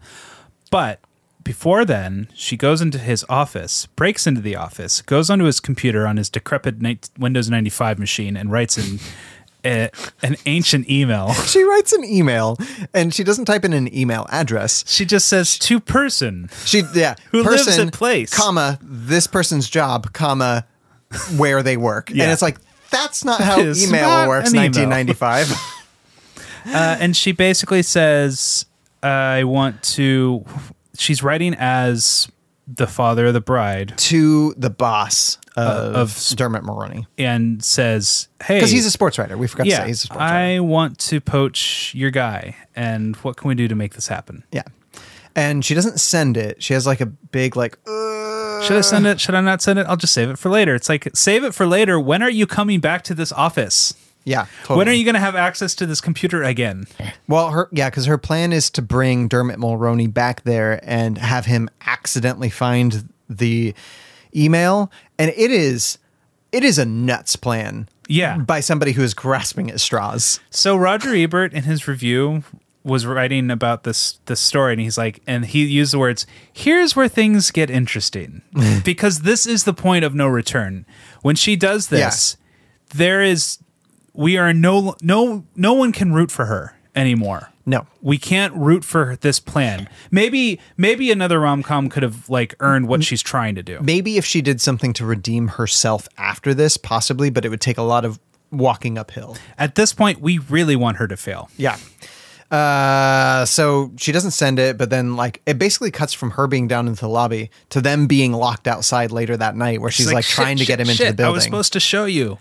Speaker 2: But before then, she goes into his office, breaks into the office, goes onto his computer on his decrepit ni- Windows 95 machine and writes an, a, an ancient email.
Speaker 3: She writes an email and she doesn't type in an email address.
Speaker 2: She just says to person.
Speaker 3: She yeah,
Speaker 2: Who lives at place.
Speaker 3: comma this person's job, comma where they work,
Speaker 2: Yeah.
Speaker 3: and it's like that's not how
Speaker 2: It's
Speaker 3: email
Speaker 2: not
Speaker 3: works.
Speaker 2: an email.
Speaker 3: 1995.
Speaker 2: Uh, and she basically says, I want to. She's writing as the father of the bride
Speaker 3: to the boss of,
Speaker 2: of-
Speaker 3: Dermot Mulroney
Speaker 2: and says, Oh. Hey.
Speaker 3: because he's a sports writer. We forgot to say he's a sports writer.
Speaker 2: I want to poach your guy, and what can we do to make this happen?
Speaker 3: Yeah, and she doesn't send it. She has like a big like. uh,
Speaker 2: Should I send it? Should I not send it? I'll just save it for later. It's like save it for later. When are you coming back to this office?
Speaker 3: Yeah. Totally.
Speaker 2: When are you going to have access to this computer again?
Speaker 3: Well, her yeah, because her plan is to bring Dermot Mulroney back there and have him accidentally find the email, and it is it is a nuts plan.
Speaker 2: Yeah.
Speaker 3: by somebody who is grasping at straws.
Speaker 2: So Roger Ebert in his review was writing about this this story and he's like and he used the words here's where things get interesting because this is the point of no return when she does this there is we are no no no one can root for her anymore
Speaker 3: No.
Speaker 2: we can't root for this plan maybe maybe another rom-com could have like earned what she's trying to do
Speaker 3: Maybe if she did something to redeem herself after this, possibly, but it would take a lot of walking uphill.
Speaker 2: At this point, we really want her to fail.
Speaker 3: Yeah. Uh, so she doesn't send it, but then like it basically cuts from her being down into the lobby to them being locked outside later that night, where she's, like,
Speaker 2: "Shit,
Speaker 3: trying to
Speaker 2: shit,
Speaker 3: get him into the
Speaker 2: shit, I
Speaker 3: building.
Speaker 2: was supposed to show you.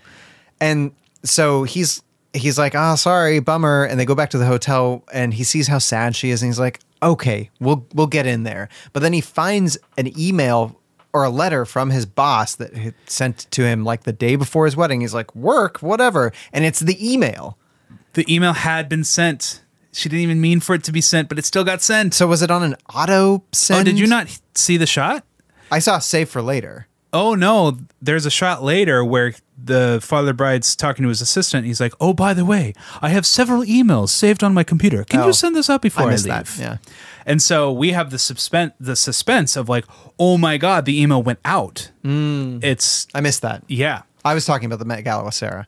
Speaker 3: And so he's he's like, "Ah, sorry, bummer." And they go back to the hotel, and he sees how sad she is, and he's like, "Okay, we'll we'll get in there." But then he finds an email or a letter from his boss that had sent to him like the day before his wedding. He's like, "Work, whatever," and it's the email.
Speaker 2: The email had been sent. She didn't even mean for it to be sent, but it still got sent.
Speaker 3: So was it on an auto send?
Speaker 2: Oh, did you not see the shot?
Speaker 3: I saw save for later.
Speaker 2: Oh no, there's a shot later where the father bride's talking to his assistant. he's like, "Oh, by the way, I have several emails saved on my computer. Can
Speaker 3: Oh,
Speaker 2: you send this out before I,
Speaker 3: missed
Speaker 2: leave?"
Speaker 3: that, yeah.
Speaker 2: And so we have the suspense, the suspense of like, "Oh my god, the email went out."
Speaker 3: Mm.
Speaker 2: It's
Speaker 3: I missed that.
Speaker 2: yeah.
Speaker 3: I was talking about the Met Gala with Sarah.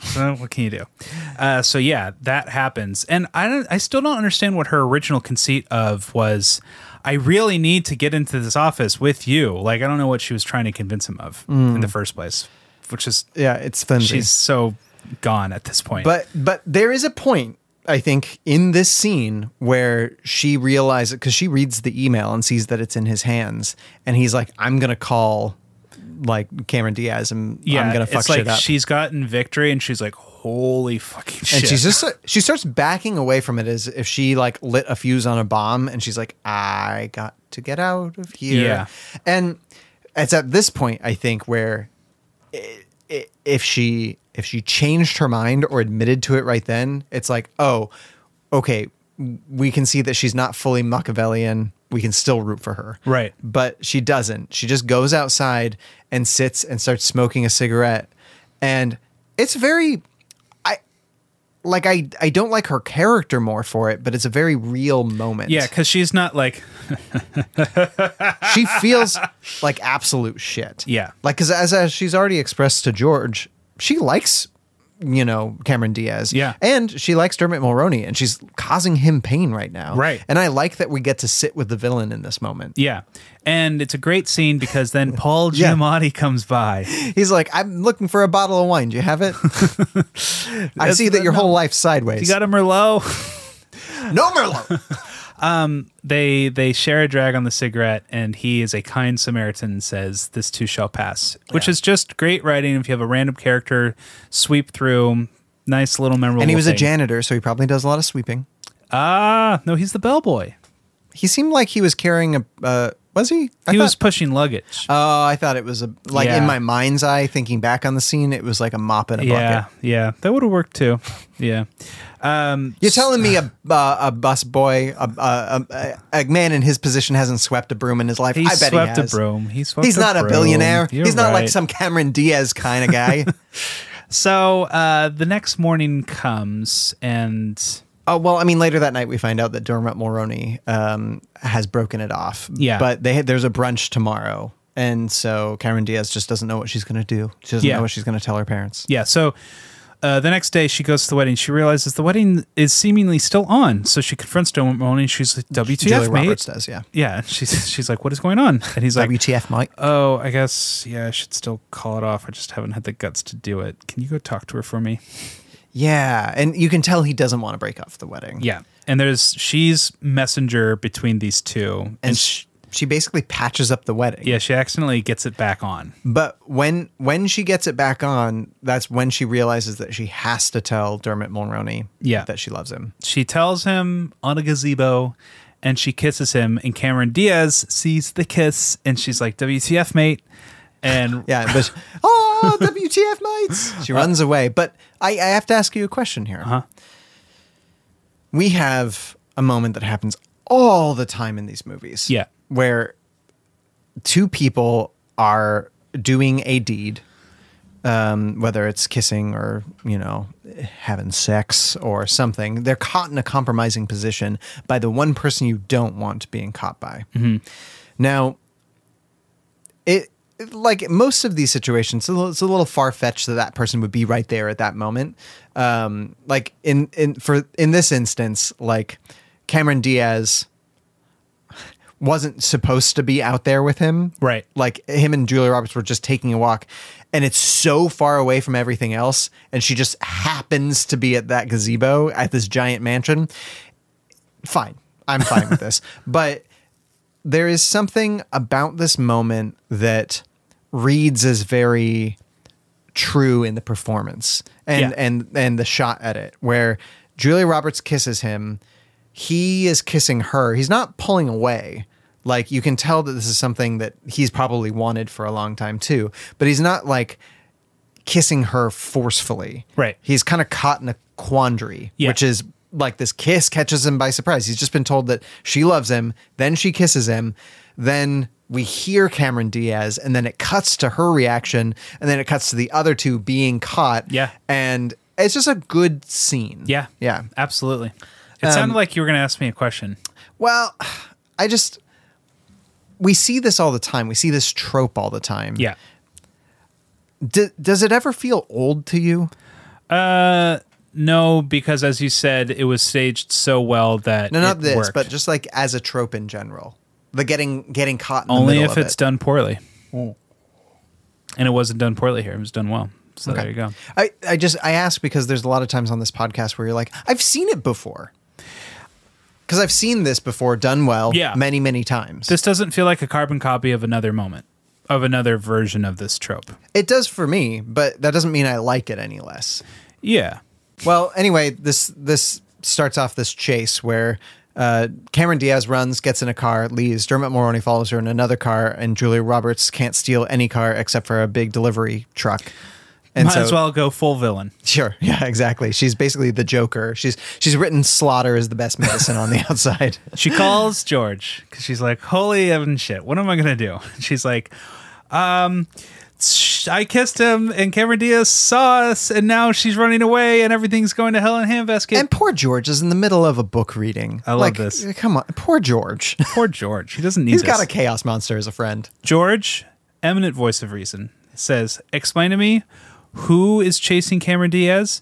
Speaker 2: So what can you do? Uh, so yeah, that happens, and I don't. I still don't understand what her original conceit of was. I really need to get into this office with you. Like I don't know what she was trying to convince him of in
Speaker 3: Mm.
Speaker 2: the first place, which is
Speaker 3: Yeah, it's flimsy.
Speaker 2: she's so gone at this point.
Speaker 3: But but there is a point I think in this scene where she realizes because she reads the email and sees that it's in his hands, and he's like, "I'm gonna call like Cameron Diaz and
Speaker 2: yeah,
Speaker 3: I'm gonna fuck
Speaker 2: it's like
Speaker 3: shit up."
Speaker 2: she's gotten victory, and she's like, "Holy fucking shit!"
Speaker 3: and she's just she starts backing away from it as if she like lit a fuse on a bomb, and she's like, "I got to get out of here."
Speaker 2: Yeah.
Speaker 3: and it's at this point I think where i- i- if she if she changed her mind or admitted to it right then, it's like, oh, okay, we can see that she's not fully Machiavellian. We can still root for her,
Speaker 2: Right.
Speaker 3: But she doesn't. She just goes outside and sits and starts smoking a cigarette, and it's very. I Like I, I don't like her character more for it, but it's a very real moment.
Speaker 2: yeah, because she's not like
Speaker 3: she feels like absolute shit.
Speaker 2: Yeah.
Speaker 3: Like, because as, as she's already expressed to George, she likes, you know, Cameron Diaz.
Speaker 2: Yeah.
Speaker 3: And she likes Dermot Mulroney, and she's causing him pain right now.
Speaker 2: Right.
Speaker 3: And I like that we get to sit with the villain in this moment.
Speaker 2: yeah, and it's a great scene because then Paul
Speaker 3: Yeah.
Speaker 2: Giamatti comes by.
Speaker 3: He's like, I'm looking for a bottle of wine. Do you have it? I see that your whole life's sideways.
Speaker 2: You got a Merlot.
Speaker 3: no Merlot.
Speaker 2: they they share a drag on the cigarette and he is a kind samaritan and says this too shall pass which is just great writing if you have a random character sweep through nice little memorable
Speaker 3: and he was a
Speaker 2: thing.
Speaker 3: janitor, so he probably does a lot of sweeping.
Speaker 2: ah no he's the bellboy
Speaker 3: He seemed like he was carrying a. Uh, was he? I
Speaker 2: he was
Speaker 3: thought-
Speaker 2: pushing luggage
Speaker 3: Oh, I thought it was a like
Speaker 2: Yeah.
Speaker 3: in my mind's eye, thinking back on the scene, it was like a mop in a
Speaker 2: yeah
Speaker 3: bucket.
Speaker 2: yeah that would have worked too yeah um
Speaker 3: You're telling me a uh, a bus boy, a, a, a, a man in his position hasn't swept a broom in his life.
Speaker 2: he
Speaker 3: I bet
Speaker 2: swept
Speaker 3: he has.
Speaker 2: a broom he swept
Speaker 3: He's not a
Speaker 2: broom.
Speaker 3: billionaire.
Speaker 2: You're
Speaker 3: He's not like
Speaker 2: right.
Speaker 3: some Cameron Diaz kind of guy.
Speaker 2: so uh the next morning comes and
Speaker 3: Oh well, I mean, later that night we find out that Dermot Mulroney um, has broken it off.
Speaker 2: Yeah.
Speaker 3: but they there's a brunch tomorrow, and so Cameron Diaz just doesn't know what she's going to do. She doesn't
Speaker 2: Yeah.
Speaker 3: know what she's going to tell her parents.
Speaker 2: Yeah. So uh, the next day, she goes to the wedding. She realizes the wedding is seemingly still on. So she confronts Dylan Mulroney. and She's like, "WTF,
Speaker 3: Julia
Speaker 2: mate?"
Speaker 3: Roberts does. Yeah,
Speaker 2: Yeah. She's she's like, "What is going on?" And he's like,
Speaker 3: WTF, Mike?
Speaker 2: "Oh, I guess yeah, I should still call it off. I just haven't had the guts to do it. Can you go talk to her for me?"
Speaker 3: Yeah, and you can tell he doesn't want to break off the wedding.
Speaker 2: Yeah. And there's she's messenger between these two, and,
Speaker 3: and
Speaker 2: sh-
Speaker 3: she, she basically patches up the wedding.
Speaker 2: yeah, she accidentally gets it back on.
Speaker 3: But when when she gets it back on, that's when she realizes that she has to tell Dermot Mulroney
Speaker 2: Yeah.
Speaker 3: that she loves him.
Speaker 2: She tells him on a gazebo and she kisses him and Cameron Diaz sees the kiss and she's like WTF mate and
Speaker 3: Yeah, but oh, WTF mates. She runs away. But I, I have to ask you a question here.
Speaker 2: Uh-huh.
Speaker 3: We have a moment that happens all the time in these movies.
Speaker 2: Yeah.
Speaker 3: Where two people are doing a deed, um, whether it's kissing or, you know, having sex or something. They're caught in a compromising position by the one person you don't want being caught by. Now, it like most of these situations, it's a little, it's a little far fetched that that person would be right there at that moment. Um, like in in for in this instance, like Cameron Diaz wasn't supposed to be out there with him.
Speaker 2: Right.
Speaker 3: Like him and Julia Roberts were just taking a walk and it's so far away from everything else and she just happens to be at that gazebo at this giant mansion. Fine. I'm fine with this. But there is something about this moment that reads as very true in the performance and
Speaker 2: Yeah.
Speaker 3: and and the shot edit where Julia Roberts kisses him he is kissing her he's not pulling away like you can tell that this is something that he's probably wanted for a long time too but he's not like kissing her forcefully
Speaker 2: Right.
Speaker 3: he's kind of caught in a quandary
Speaker 2: Yeah.
Speaker 3: which is like this kiss catches him by surprise he's just been told that she loves him then she kisses him then we hear Cameron Diaz and then it cuts to her reaction and then it cuts to the other two being caught
Speaker 2: Yeah.
Speaker 3: and it's just a good scene
Speaker 2: Yeah.
Speaker 3: yeah
Speaker 2: Absolutely. It
Speaker 3: Um,
Speaker 2: sounded like you were going to ask me a question.
Speaker 3: well, I just we see this all the time. We see this trope all the time.
Speaker 2: Yeah.
Speaker 3: D- does it ever feel old to you?
Speaker 2: Uh, no, because as you said, it was staged so well that
Speaker 3: No, not
Speaker 2: it
Speaker 3: this,
Speaker 2: worked.
Speaker 3: but just like as a trope in general. The getting getting caught in the
Speaker 2: only
Speaker 3: middle
Speaker 2: if
Speaker 3: of
Speaker 2: it's
Speaker 3: it. Mm.
Speaker 2: done poorly. And it wasn't done poorly here; it was done well. So
Speaker 3: Okay.
Speaker 2: there you go.
Speaker 3: I, I just I ask because there's a lot of times on this podcast where you're like, I've seen it before. Because I've seen this before done well
Speaker 2: Yeah.
Speaker 3: many, many times.
Speaker 2: This doesn't feel like a carbon copy of another moment, of another version of this trope.
Speaker 3: it does for me, but that doesn't mean I like it any less.
Speaker 2: Yeah.
Speaker 3: Well, anyway, this this starts off this chase where uh, Cameron Diaz runs, gets in a car, leaves. Dermot Mulroney follows her in another car, and Julia Roberts can't steal any car except for a big delivery truck. And
Speaker 2: Might
Speaker 3: so,
Speaker 2: as well go full villain.
Speaker 3: sure, yeah, exactly. She's basically the Joker. She's she's written slaughter is the best medicine on the outside.
Speaker 2: She calls George because she's like, "Holy heaven, shit! What am I gonna do?" And she's like, "Um, sh- I kissed him, and Cameron Diaz saw us, and now she's running away, and everything's going to hell in a handbasket."
Speaker 3: And poor George is in the middle of a book reading.
Speaker 2: I love
Speaker 3: Like, uh,
Speaker 2: this.
Speaker 3: Come on, poor George.
Speaker 2: Poor George. He doesn't need.
Speaker 3: He's
Speaker 2: this.
Speaker 3: got a chaos monster as a friend.
Speaker 2: George, eminent voice of reason, says, Explain to me who is chasing Cameron Diaz?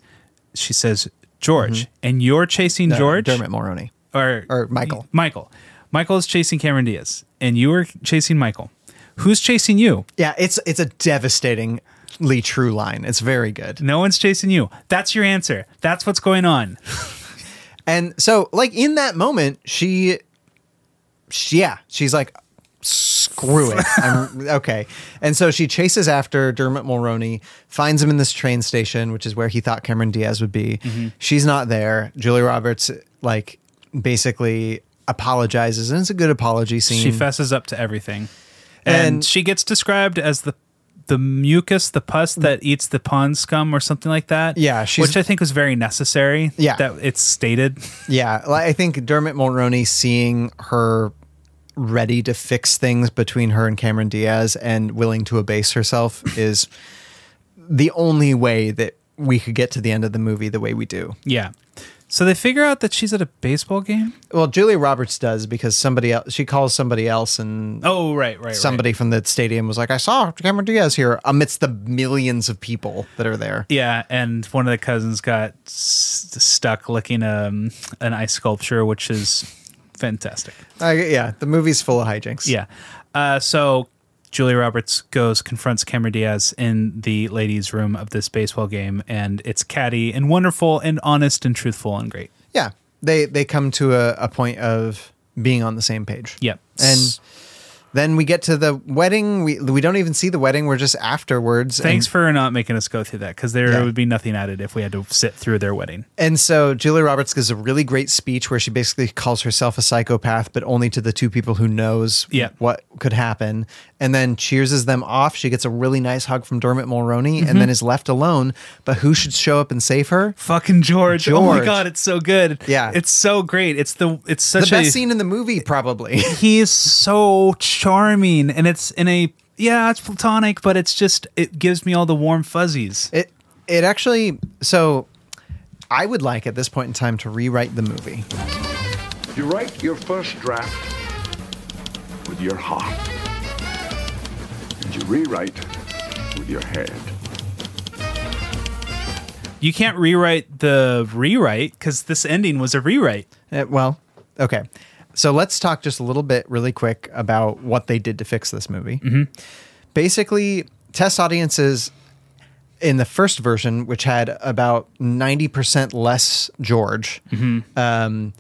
Speaker 2: She says, George. And you're chasing
Speaker 3: Uh,
Speaker 2: George?
Speaker 3: Mm-hmm. Dermot Mulroney.
Speaker 2: Or,
Speaker 3: or Michael.
Speaker 2: Michael. Michael is chasing Cameron Diaz. And you are chasing Michael. Who's chasing you?
Speaker 3: Yeah, it's it's a devastatingly true line. It's very good.
Speaker 2: No one's chasing you. That's your answer. That's what's going on.
Speaker 3: And so, like in that moment, she, she yeah, she's like, screw it, I'm okay. And so she chases after Dermot Mulroney, finds him in this train station, which is where he thought Cameron Diaz would be. She's not there. Julia Roberts like basically apologizes, and it's a good apology scene.
Speaker 2: She fesses up to everything. And,
Speaker 3: And-
Speaker 2: she gets described as the the mucus, the pus that eats the pond scum or something like that.
Speaker 3: Yeah, she's-
Speaker 2: which I think was very necessary.
Speaker 3: Yeah.
Speaker 2: That it's stated.
Speaker 3: Yeah, like, I think Dermot Mulroney seeing her ready to fix things between her and Cameron Diaz and willing to abase herself is the only way that we could get to the end of the movie the way we do.
Speaker 2: Yeah. So they figure out that she's at a baseball game.
Speaker 3: Well, Julia Roberts does because somebody else she calls somebody else and
Speaker 2: Oh, right, right.
Speaker 3: somebody from the stadium was like, "I saw Cameron Diaz here amidst the millions of people that are there."
Speaker 2: Yeah, and one of the cousins got s- stuck licking um, an ice sculpture, which is fantastic.
Speaker 3: I, yeah, the movie's full of hijinks.
Speaker 2: Yeah. Uh, so Julia Roberts goes, confronts Cameron Diaz in the ladies' room of this baseball game, and it's catty and wonderful and honest and truthful and great.
Speaker 3: yeah, they they come to a, a point of being on the same page.
Speaker 2: Yep.
Speaker 3: and then we get to the wedding. We we don't even see the wedding. We're just afterwards.
Speaker 2: Thanks
Speaker 3: And,
Speaker 2: for not making us go through that because there
Speaker 3: Yeah.
Speaker 2: would be nothing added if we had to sit through their wedding.
Speaker 3: and so Julia Roberts gives a really great speech where she basically calls herself a psychopath, but only to the two people who knows
Speaker 2: Yeah.
Speaker 3: what could happen. And then cheerses them off. She gets a really nice hug from Dermot Mulroney, and
Speaker 2: Mm-hmm.
Speaker 3: then is left alone. But who should show up and save her?
Speaker 2: Fucking George. Oh my
Speaker 3: George.
Speaker 2: god, it's so good.
Speaker 3: Yeah.
Speaker 2: It's so great. It's the it's such
Speaker 3: the best
Speaker 2: a
Speaker 3: scene in the movie, probably.
Speaker 2: he is so charming and it's in a yeah, it's platonic, but it's just it gives me all the warm fuzzies.
Speaker 3: It it actually so I would like at this point in time to rewrite the movie.
Speaker 11: You write your first draft with your heart, and you rewrite with your head.
Speaker 2: You can't rewrite the rewrite because this ending was a rewrite.
Speaker 3: Uh, well, okay. So let's talk just a little bit, really quick, about what they did to fix this movie.
Speaker 2: Mhm.
Speaker 3: Basically, test audiences in the first version, which had about 90% less George, um,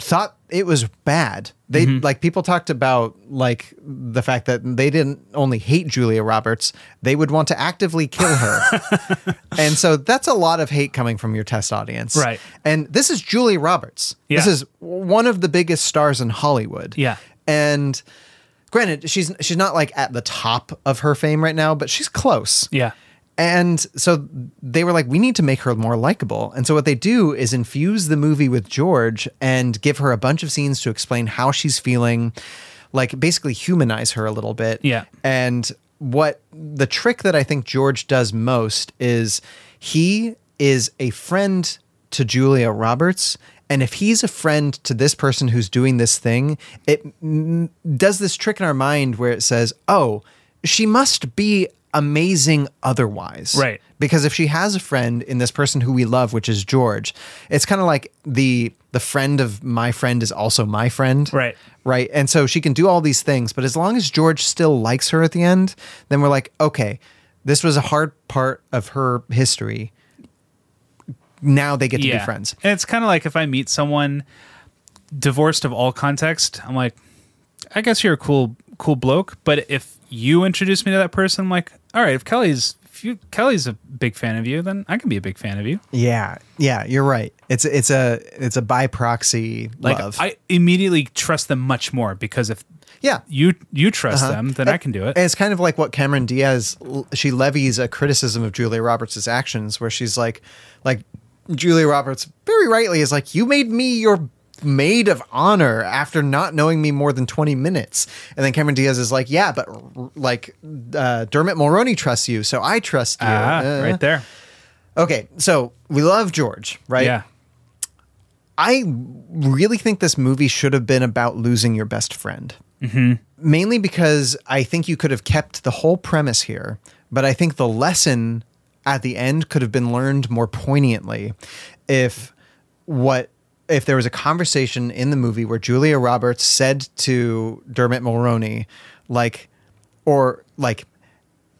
Speaker 3: thought it was bad. They like people talked about like the fact that they didn't only hate Julia Roberts, they would want to actively kill her. and so that's a lot of hate coming from your test audience.
Speaker 2: Right.
Speaker 3: And this is Julia Roberts. This
Speaker 2: Yeah.
Speaker 3: is one of the biggest stars in Hollywood.
Speaker 2: Yeah.
Speaker 3: And granted, she's she's not like at the top of her fame right now, but she's close.
Speaker 2: Yeah.
Speaker 3: And so they were like, we need to make her more likable. And so what they do is infuse the movie with George and give her a bunch of scenes to explain how she's feeling, like basically humanize her a little bit.
Speaker 2: Yeah.
Speaker 3: And what the trick that I think George does most is he is a friend to Julia Roberts. And if he's a friend to this person who's doing this thing, it mm, does this trick in our mind where it says, oh, she must be amazing otherwise.
Speaker 2: Right.
Speaker 3: Because if she has a friend in this person who we love, which is George, it's kind of like the the friend of my friend is also my friend.
Speaker 2: Right.
Speaker 3: Right. And so she can do all these things, but as long as George still likes her at the end, then we're like, okay, this was a hard part of her history. Now they get to be friends.
Speaker 2: And it's kind of like if I meet someone divorced of all context, I'm like, I guess you're a cool, cool bloke. But if you introduce me to that person, I'm like, all right, if Kelly's if you, Kelly's a big fan of you, then I can be a big fan of you.
Speaker 3: Yeah. Yeah, you're right. It's it's a it's a by proxy
Speaker 2: Like
Speaker 3: love.
Speaker 2: I immediately trust them much more because if
Speaker 3: yeah,
Speaker 2: you you trust them, then I
Speaker 3: And-
Speaker 2: can do it.
Speaker 3: Uh-huh. and it's kind of like what Cameron Diaz she levies a criticism of Julia Roberts' actions, where she's like, like Julia Roberts very rightly is like, you made me your maid of honor after not knowing me more than 20 minutes and then cameron diaz is like yeah but like uh, dermot mulroney trusts you so i trust you
Speaker 2: ah,
Speaker 3: Uh.
Speaker 2: right there.
Speaker 3: okay so we love george right
Speaker 2: Yeah.
Speaker 3: i really think this movie should have been about losing your best friend
Speaker 2: hmm
Speaker 3: mainly because I think you could have kept the whole premise here, but I think the lesson at the end could have been learned more poignantly if what if there was a conversation in the movie where Julia Roberts said to Dermot Mulroney like or like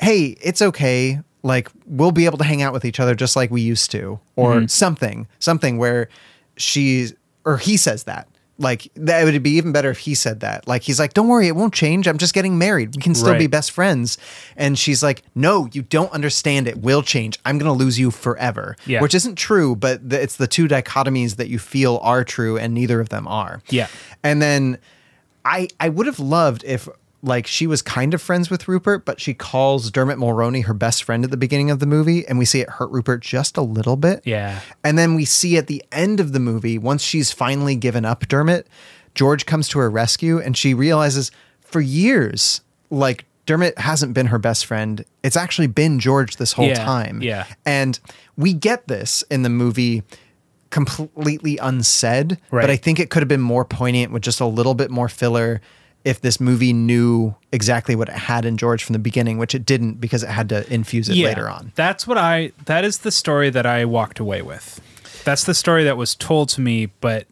Speaker 3: hey, it's okay. Like we'll be able to hang out with each other just like we used to, or
Speaker 2: Mhm.
Speaker 3: something, something where she's or he says that. Like that would be even better if he said that. Like he's like, "Don't worry, it won't change. I'm just getting married. We can still be
Speaker 2: Right.
Speaker 3: best friends." And she's like, "No, you don't understand. It will change. I'm gonna lose you forever."
Speaker 2: Yeah.
Speaker 3: Which isn't true, but th- it's the two dichotomies that you feel are true, and neither of them are.
Speaker 2: Yeah.
Speaker 3: And then I I would have loved if like she was kind of friends with Rupert, but she calls Dermot Mulroney her best friend at the beginning of the movie, and we see it hurt Rupert just a little bit.
Speaker 2: Yeah.
Speaker 3: And then we see at the end of the movie, once she's finally given up Dermot, George comes to her rescue and she realizes for years, like Dermot hasn't been her best friend. It's actually been George this whole
Speaker 2: Yeah,
Speaker 3: time.
Speaker 2: yeah.
Speaker 3: And we get this in the movie completely unsaid,
Speaker 2: Right.
Speaker 3: but I think it could have been more poignant with just a little bit more filler if this movie knew exactly what it had in George from the beginning, which it didn't because it had to infuse it later on.
Speaker 2: That's what I that is the story that I walked away with. That's the story that was told to me, but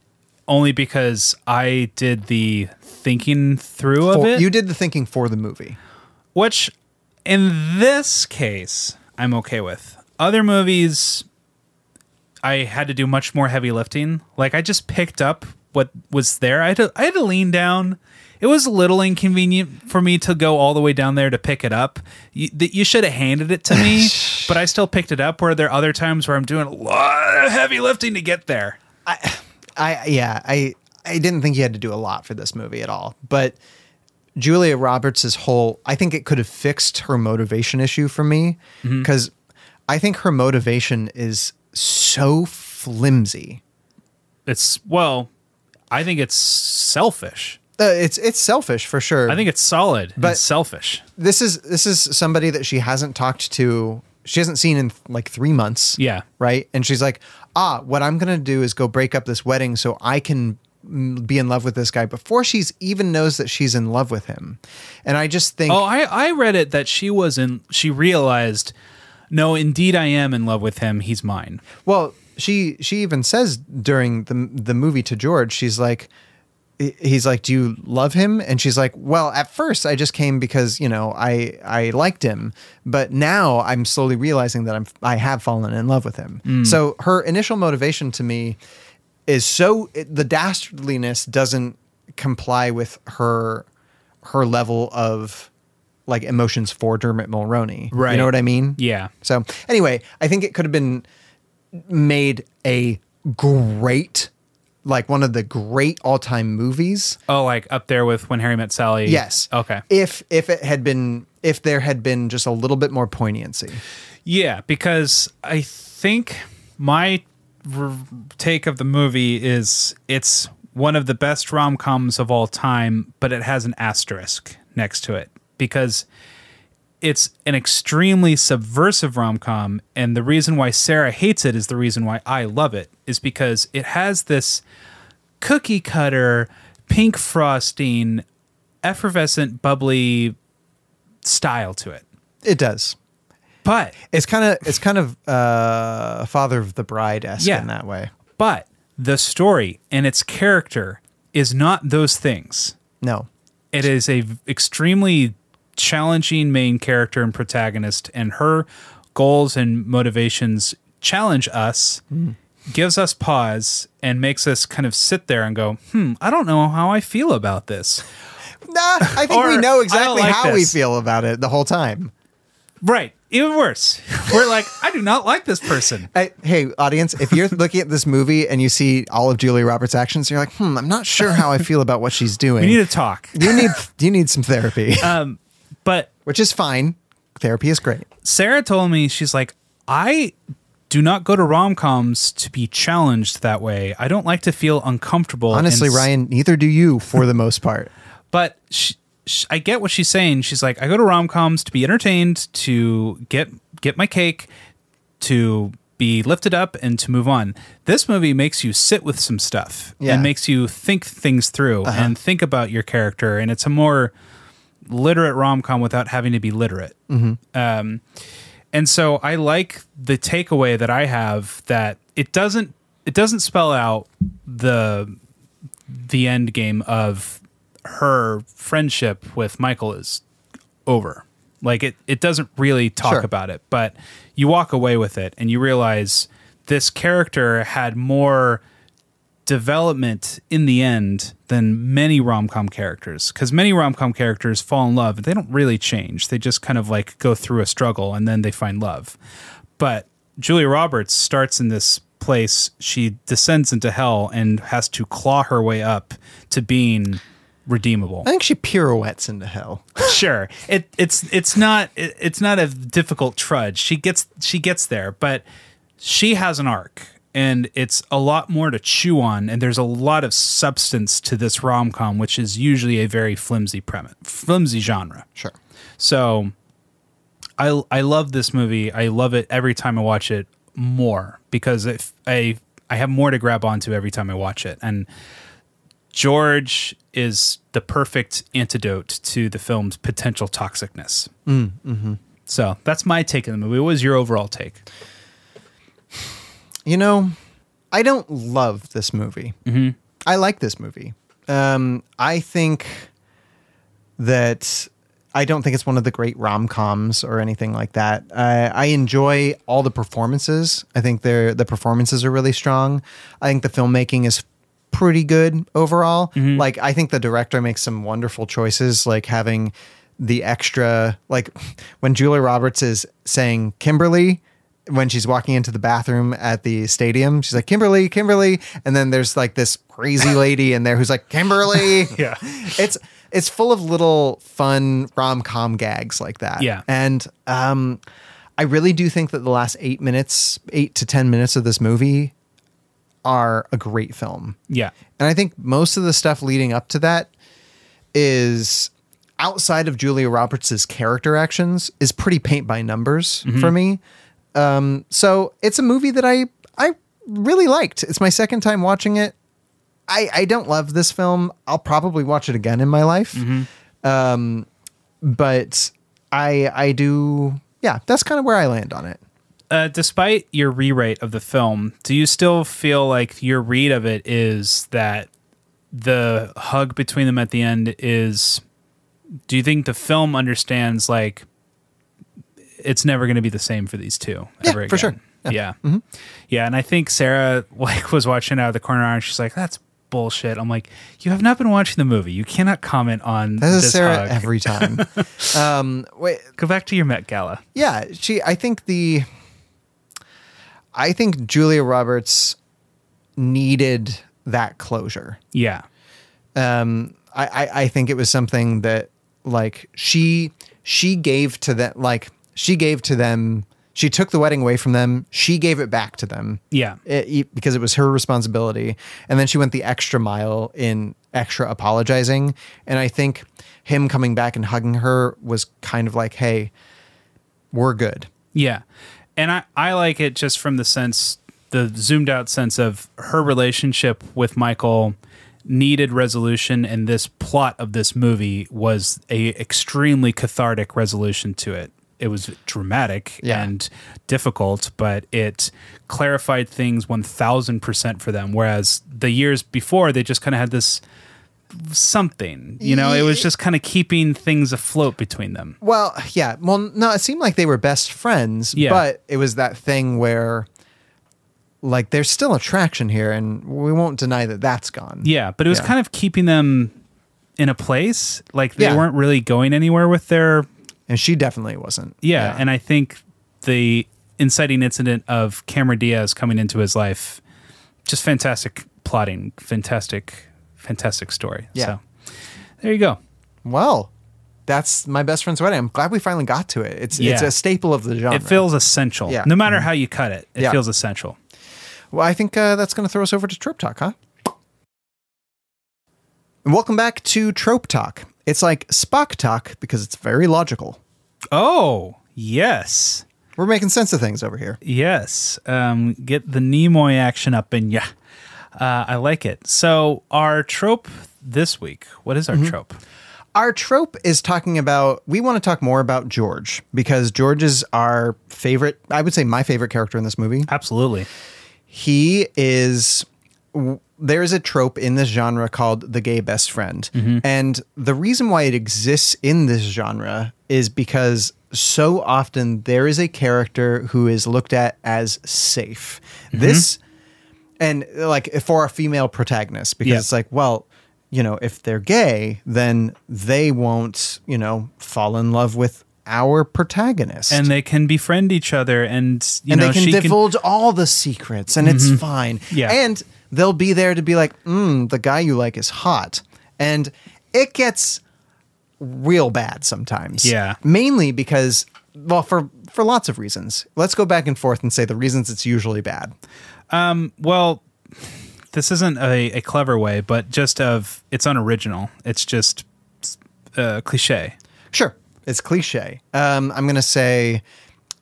Speaker 2: only because I did the thinking through of
Speaker 3: For-
Speaker 2: it.
Speaker 3: You did the thinking for the movie.
Speaker 2: which in this case I'm okay with. Other movies I had to do much more heavy lifting. Like I just picked up what was there. I had to I had to lean down. It was a little inconvenient for me to go all the way down there to pick it up. You, that you should have handed it to me, but I still picked it up. Where there are other times where I'm doing a lot of heavy lifting to get there.
Speaker 3: I yeah, I I didn't think you had to do a lot for this movie at all. But Julia Roberts' whole I think it could have fixed her motivation issue for me
Speaker 2: Mhm.
Speaker 3: because I think her motivation is so flimsy.
Speaker 2: It's well, I think it's selfish.
Speaker 3: Uh, it's it's selfish for sure.
Speaker 2: I think it's solid, but
Speaker 3: But-
Speaker 2: selfish.
Speaker 3: this is this is somebody that she hasn't talked to she hasn't seen in like three months
Speaker 2: Yeah.
Speaker 3: right and she's like ah what i'm gonna do is go break up this wedding so i can mm, be in love with this guy before she's even knows that she's in love with him and i just think
Speaker 2: Oh, I, I read it that she was in. She realized, no, indeed, I am in love with him. He's mine.
Speaker 3: Well, she she even says during the the movie to George, she's like, he's like, "Do you love him?" And she's like, "Well, at first I just came because you know I I liked him, but now I'm slowly realizing that I'm I have fallen in love with him."
Speaker 12: Mm.
Speaker 3: So her initial motivation to me is so it- the dastardliness doesn't comply with her her level of like emotions for Dermot Mulroney.
Speaker 2: Right.
Speaker 3: You know what I mean?
Speaker 2: Yeah.
Speaker 3: So anyway, I think it could have been made a great, like one of the great all-time movies
Speaker 2: Oh, like up there with when Harry met Sally.
Speaker 3: Yes.
Speaker 2: Okay.
Speaker 3: if if it had been if there had been just a little bit more poignancy.
Speaker 2: Yeah, because I think my r- take of the movie is it's one of the best rom coms of all time, but it has an asterisk next to it because it's an extremely subversive rom com. And the reason why Sarah hates it is the reason why I love it, is because it has this cookie cutter, pink frosting, effervescent, bubbly style to it.
Speaker 3: It does.
Speaker 2: But
Speaker 3: it's kind of it's kind of uh father of the bride esque
Speaker 2: Yeah.
Speaker 3: in that way.
Speaker 2: But the story and its character is not those things.
Speaker 3: No.
Speaker 2: It is a v- extremely challenging main character and protagonist and her goals and motivations challenge us, gives us pause and makes us kind of sit there and go, "Hmm, I don't know how I feel about this."
Speaker 3: Nah, I think
Speaker 2: Or,
Speaker 3: we
Speaker 2: "I
Speaker 3: know
Speaker 2: don't
Speaker 3: exactly
Speaker 2: like
Speaker 3: how we
Speaker 2: this."
Speaker 3: feel about it the whole time.
Speaker 2: Right. Even worse. We're like, "I do not like this person."
Speaker 3: I, hey, audience, if you're looking at this movie and you see all of Julia Roberts' actions, you're like, hmm, I'm not sure how I feel about what she's doing.
Speaker 2: We need to talk.
Speaker 3: you need you need some therapy,
Speaker 2: Um, but
Speaker 3: which is fine. Therapy is great.
Speaker 2: Sarah told me she's like, I do not go to rom coms to be challenged that way. I don't like to feel uncomfortable. and
Speaker 3: Honestly,
Speaker 2: s-
Speaker 3: Ryan, neither do you for the most part.
Speaker 2: But sh sh I get what she's saying. She's like, I go to rom coms to be entertained, to get get my cake, to be lifted up, and to move on. This movie makes you sit with some stuff
Speaker 12: Yeah.
Speaker 2: and makes you think things through and think about your character. And it's a more literate rom com without having to be literate. Um, and so I like the takeaway that I have that it doesn't it doesn't spell out the the end game of her friendship with Michael is over. Like it it doesn't really talk
Speaker 12: Sure.
Speaker 2: about it, but you walk away with it and you realize this character had more development in the end than many rom-com characters because many rom-com characters fall in love and they don't really change they just kind of like go through a struggle and then they find love but julia roberts starts in this place she descends into hell and has to claw her way up to being redeemable
Speaker 3: I think she pirouettes into hell.
Speaker 2: sure it it's it's not it, it's not a difficult trudge she gets she gets there but she has an arc and it's a lot more to chew on and there's a lot of substance to this rom-com which is usually a very flimsy premise flimsy genre
Speaker 3: sure
Speaker 2: so i i love this movie i love it every time i watch it more because if i i have more to grab onto every time i watch it and George is the perfect antidote to the film's potential toxicness.
Speaker 3: Mm, mhm.
Speaker 2: So that's my take on the movie. What was your overall take?
Speaker 3: You know, I don't love this movie.
Speaker 2: Mm-hmm.
Speaker 3: I like this movie. Um, I think that I don't think it's one of the great rom coms or anything like that. Uh, I enjoy all the performances. I think they're the performances are really strong. I think the filmmaking is pretty good overall. Like I think the director makes some wonderful choices, like having the extra like when Julia Roberts is saying Kimberly when she's walking into the bathroom at the stadium, she's like, Kimberly, Kimberly. And then there's like this crazy lady in there who's like, Kimberly.
Speaker 2: yeah.
Speaker 3: It's it's full of little fun rom com gags like that.
Speaker 2: Yeah.
Speaker 3: And um I really do think that the last eight minutes, eight to ten minutes of this movie are a great film.
Speaker 2: Yeah.
Speaker 3: And I think most of the stuff leading up to that is outside of Julia Roberts' character actions is pretty paint by numbers
Speaker 2: Mm-hmm.
Speaker 3: for me. Um, so it's a movie that I I really liked. It's my second time watching it. I, I don't love this film. I'll probably watch it again in my life.
Speaker 2: Mm-hmm.
Speaker 3: Um, but I I do yeah, that's kind of where I land on it.
Speaker 2: Uh, despite your rewrite of the film, do you still feel like your read of it is that the hug between them at the end is do you think the film understands like it's never going to be the same for these two
Speaker 3: Yeah, Mm-hmm.
Speaker 2: ever again?
Speaker 3: for sure.
Speaker 2: Yeah. Yeah. And I think Sarah like was watching out of the corner and she's like, that's bullshit. I'm like, you have not been watching the movie. You cannot comment on
Speaker 3: That is
Speaker 2: this
Speaker 3: Sarah
Speaker 2: hug."
Speaker 3: every time. um, wait,
Speaker 2: go back to your Met Gala.
Speaker 3: Yeah, she. I think the. I think Julia Roberts needed that closure.
Speaker 2: Yeah.
Speaker 3: Um, I, I I think it was something that like she she gave to them like she gave to them. She took the wedding away from them. She gave it back to them.
Speaker 2: Yeah.
Speaker 3: it, it- because it was her responsibility. And then she went the extra mile in extra apologizing. And I think him coming back and hugging her was kind of like, hey, we're good.
Speaker 2: Yeah. And I, I like it just from the sense, the zoomed out sense of her relationship with Michael needed resolution and this plot of this movie was a extremely cathartic resolution to it. It was dramatic
Speaker 3: Yeah.
Speaker 2: and difficult, but it clarified things 1000% for them. Whereas the years before, they just kind of had this something, you know, it was just kind of keeping things afloat between them.
Speaker 3: Well, yeah. Well, no, it seemed like they were best friends,
Speaker 2: Yeah.
Speaker 3: but it was that thing where like there's still attraction here and we won't deny that that's gone.
Speaker 2: Yeah, but it was
Speaker 3: Yeah.
Speaker 2: kind of keeping them in a place. Like they
Speaker 3: Yeah.
Speaker 2: weren't really going anywhere with their.
Speaker 3: And she definitely wasn't.
Speaker 2: Yeah, and I think the inciting incident of Cameron Diaz coming into his life, just fantastic plotting, fantastic, fantastic story.
Speaker 3: Yeah.
Speaker 2: So there you go.
Speaker 3: Well, that's my best friend's wedding. I'm glad we finally got to it. It's it's
Speaker 2: Yeah.
Speaker 3: a staple of the genre.
Speaker 2: It feels essential.
Speaker 3: Yeah. Mm-hmm.
Speaker 2: No matter how you cut it, it
Speaker 3: Yeah.
Speaker 2: feels essential.
Speaker 3: Well, I think uh, that's going to throw us over to Trope Talk, huh? And welcome back to Trope Talk. It's like Spock Talk because it's very logical.
Speaker 2: Oh, yes.
Speaker 3: We're making sense of things over here.
Speaker 2: Yes. Um, get the Nimoy action up in ya. Uh, I like it. So, our trope this week, what is our
Speaker 3: Mm-hmm.
Speaker 2: trope?
Speaker 3: Our trope is talking about, we want to talk more about George because George is our favorite, I would say my favorite character in this movie.
Speaker 2: Absolutely.
Speaker 3: He is, w- there is a trope in this genre called the gay best friend.
Speaker 2: Mm-hmm.
Speaker 3: And the reason why it exists in this genre is because so often there is a character who is looked at as safe.
Speaker 2: Mm-hmm.
Speaker 3: This, and like for a female protagonist, because
Speaker 2: Yeah.
Speaker 3: it's like, well, you know, if they're gay, then they won't, you know, fall in love with our protagonist.
Speaker 2: and they can befriend each other and you
Speaker 3: and
Speaker 2: know
Speaker 3: they can
Speaker 2: she Mm-hmm.
Speaker 3: divulge all the secrets and it's fine.
Speaker 2: Yeah.
Speaker 3: And they'll be there to be like, mm, the guy you like is hot. And it gets real bad sometimes.
Speaker 2: Yeah.
Speaker 3: Mainly because well, for for lots of reasons. Let's go back and forth and say the reasons it's usually bad.
Speaker 2: can well this isn't a, a clever way but just of it's unoriginal it's just uh, cliche
Speaker 3: Sure. It's cliche. Um, I'm gonna say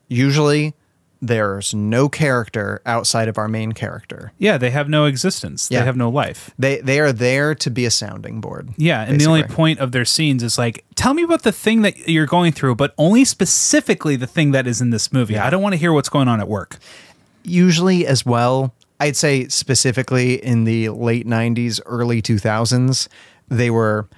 Speaker 3: usually there's no character outside of our main character.
Speaker 2: yeah they have no existence
Speaker 3: Yeah.
Speaker 2: they have no life
Speaker 3: They they are there to be a sounding board.
Speaker 2: yeah and the only
Speaker 3: basically.
Speaker 2: point of their scenes is like tell me about the thing that you're going through but only specifically the thing that is in this movie i don't want to hear what's going on at work
Speaker 3: usually as well. I'd say specifically in the late 90s, early 2000s, they were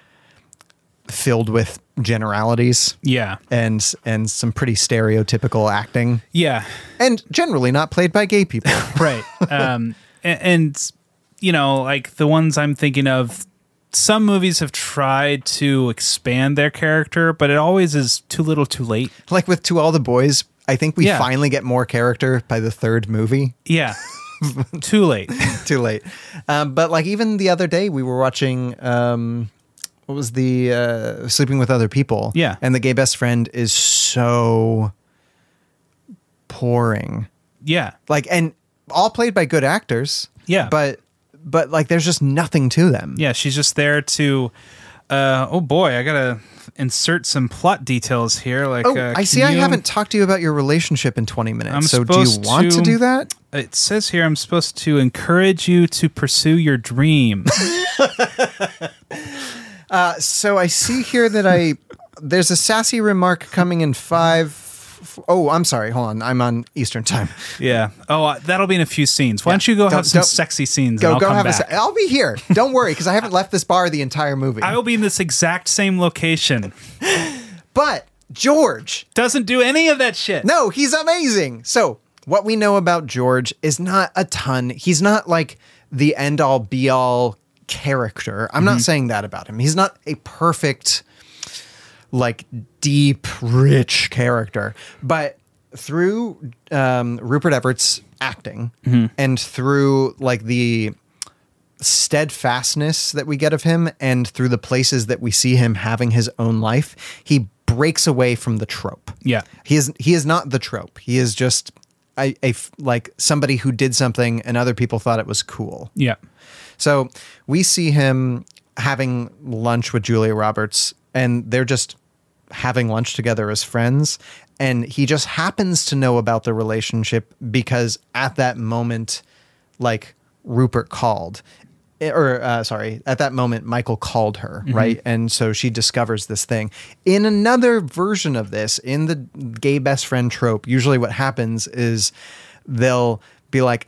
Speaker 3: filled with generalities
Speaker 2: yeah
Speaker 3: and and some pretty stereotypical acting
Speaker 2: yeah
Speaker 3: and generally not played by gay people.
Speaker 2: right um a- and, you know like the ones i'm thinking of some movies have tried to expand their character but it always is too little too late
Speaker 3: like with To All the Boys, I think we
Speaker 2: Yeah.
Speaker 3: finally get more character by the third movie.
Speaker 2: yeah too late
Speaker 3: Too late. Um, but like even the other day we were watching um what was the uh sleeping with other people.
Speaker 2: Yeah.
Speaker 3: And the gay best friend is so pouring.
Speaker 2: yeah
Speaker 3: Like and all played by good actors.
Speaker 2: Yeah.
Speaker 3: But but like there's just nothing to them.
Speaker 2: yeah she's just there to uh oh boy i gotta insert some plot details here like
Speaker 3: Oh,
Speaker 2: uh,
Speaker 3: I
Speaker 2: can
Speaker 3: see. I
Speaker 2: you-
Speaker 3: haven't talked to you about your relationship in 20 minutes.
Speaker 2: I'm
Speaker 3: so, do you
Speaker 2: supposed
Speaker 3: want to,
Speaker 2: to-
Speaker 3: do that?
Speaker 2: it says here i'm supposed to encourage you to pursue your dream
Speaker 3: So, I see here that I there's a sassy remark coming in five f- oh, I'm sorry. Hold on. I'm on Eastern time.
Speaker 2: Yeah. Oh, uh, that'll be in a few scenes. Why don't you go,
Speaker 3: Go-
Speaker 2: have some
Speaker 3: go-
Speaker 2: sexy scenes? and
Speaker 3: Go,
Speaker 2: I'll
Speaker 3: go
Speaker 2: come
Speaker 3: have a
Speaker 2: back.
Speaker 3: se- I'll be here. Don't worry, because I haven't left this bar the entire movie.
Speaker 2: I will be in this exact same location.
Speaker 3: But George
Speaker 2: doesn't do any of that shit.
Speaker 3: No, he's amazing. So, what we know about George is not a ton. He's not like the end all be all character. I'm
Speaker 2: Mm-hmm.
Speaker 3: not saying that about him. He's not a perfect, like, deep, rich character. But through um, Rupert Everett's acting
Speaker 12: Mhm.
Speaker 3: and through, like, the steadfastness that we get of him and through the places that we see him having his own life, he breaks away from the trope.
Speaker 2: Yeah.
Speaker 3: He is he is not the trope. He is just a, a f- like somebody who did something and other people thought it was cool.
Speaker 2: Yeah.
Speaker 3: So we see him having lunch with Julia Roberts, and they're just having lunch together as friends. And he just happens to know about the relationship because at that moment, like Rupert called, eh, or uh, sorry, at that moment, Michael called her,
Speaker 12: Mhm.
Speaker 3: right? And so she discovers this thing. In another version of this, in the gay best friend trope, usually what happens is they'll be like,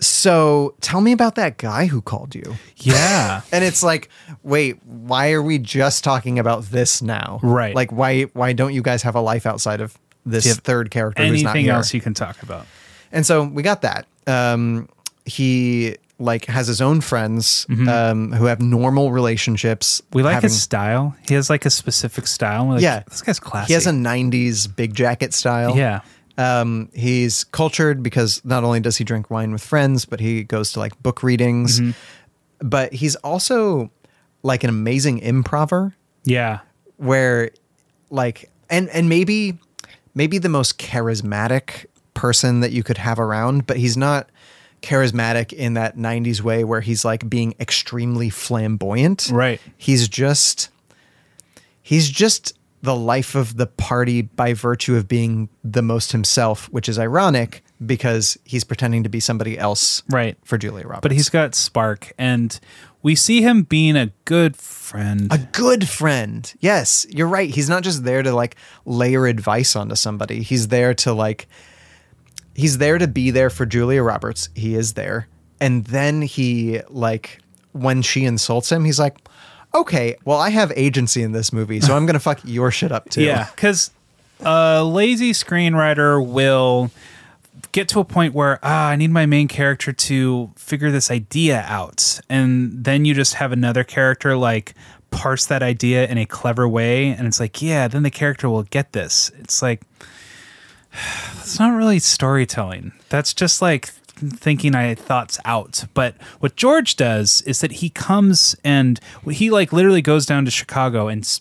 Speaker 3: so tell me about that guy who called you.
Speaker 2: Yeah.
Speaker 3: and it's like, wait, why are we just talking about this now?
Speaker 2: Right.
Speaker 3: Like why why don't you guys have a life outside of this
Speaker 2: Do you have
Speaker 3: third character who's not
Speaker 2: Anything
Speaker 3: here?
Speaker 2: else you can talk about?
Speaker 3: And so we got that. Um, he like has his own friends um, who have normal relationships.
Speaker 2: Mm-hmm. We like
Speaker 3: having-
Speaker 2: his style. He has like a specific style. We're like,
Speaker 3: yeah,
Speaker 2: This guy's classy.
Speaker 3: He has a '90s big jacket style.
Speaker 2: Yeah.
Speaker 3: Um, he's cultured because not only does he drink wine with friends, but he goes to like book readings. But he's also like an amazing improver
Speaker 2: Yeah.
Speaker 3: where like and and maybe maybe the most charismatic person that you could have around but he's not charismatic in that 90s way where he's like being extremely flamboyant right he's just he's just the life of the party by virtue of being the most himself which is ironic because he's pretending to be somebody else
Speaker 2: right
Speaker 3: for julia roberts
Speaker 2: But he's got spark, and we see him being a good friend.
Speaker 3: A good friend. Yes, you're right. He's not just there to like layer advice onto somebody. He's there to like he's there to be there for Julia Roberts. He is there. And then he like when she insults him, he's like, "Okay, well I have agency in this movie, so I'm going to fuck your shit up too."
Speaker 2: Yeah, because a lazy screenwriter will get to a point where ah, I need my main character to figure this idea out, and then you just have another character like parse that idea in a clever way, and it's like, yeah, then the character will get this. It's like it's not really storytelling. That's just like thinking I thoughts out. But what George does is that he comes and he like literally goes down to Chicago and s-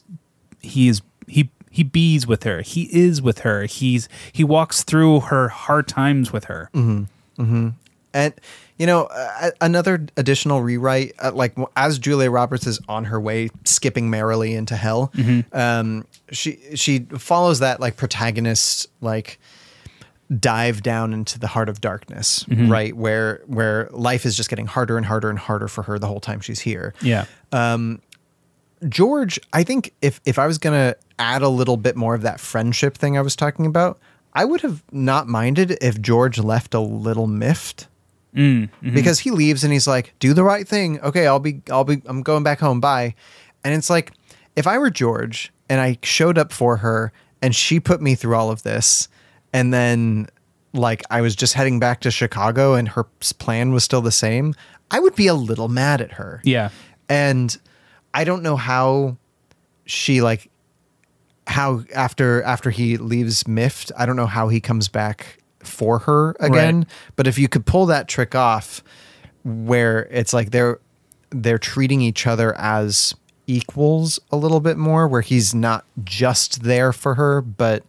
Speaker 2: he is he he bees with her. He is with her. He's he walks through her hard times with her.
Speaker 3: Mhm. Mhm. And you know, uh, another additional rewrite, uh, like w- as Julia Roberts is on her way, skipping merrily into hell,
Speaker 12: Mhm.
Speaker 3: um, she she follows that like protagonist like dive down into the heart of darkness,
Speaker 12: Mhm.
Speaker 3: right where where life is just getting harder and harder and harder for her the whole time she's here.
Speaker 2: Yeah.
Speaker 3: Um, George, I think if if I was gonna add a little bit more of that friendship thing I was talking about, I would have not minded if George left a little miffed
Speaker 2: Mm, mhm.
Speaker 3: because he leaves and he's like, "Do the right thing, okay? I'll be, I'll be, I'm going back home. Bye." And it's like, if I were George and I showed up for her and she put me through all of this, and then like I was just heading back to Chicago and her s- plan was still the same, I would be a little mad at her.
Speaker 2: Yeah.
Speaker 3: And I don't know how she like how after after he leaves Mift, I don't know how he comes back for her again.
Speaker 12: Right.
Speaker 3: But if you could pull that trick off where it's like they're they're treating each other as equals a little bit more where he's not just there for her but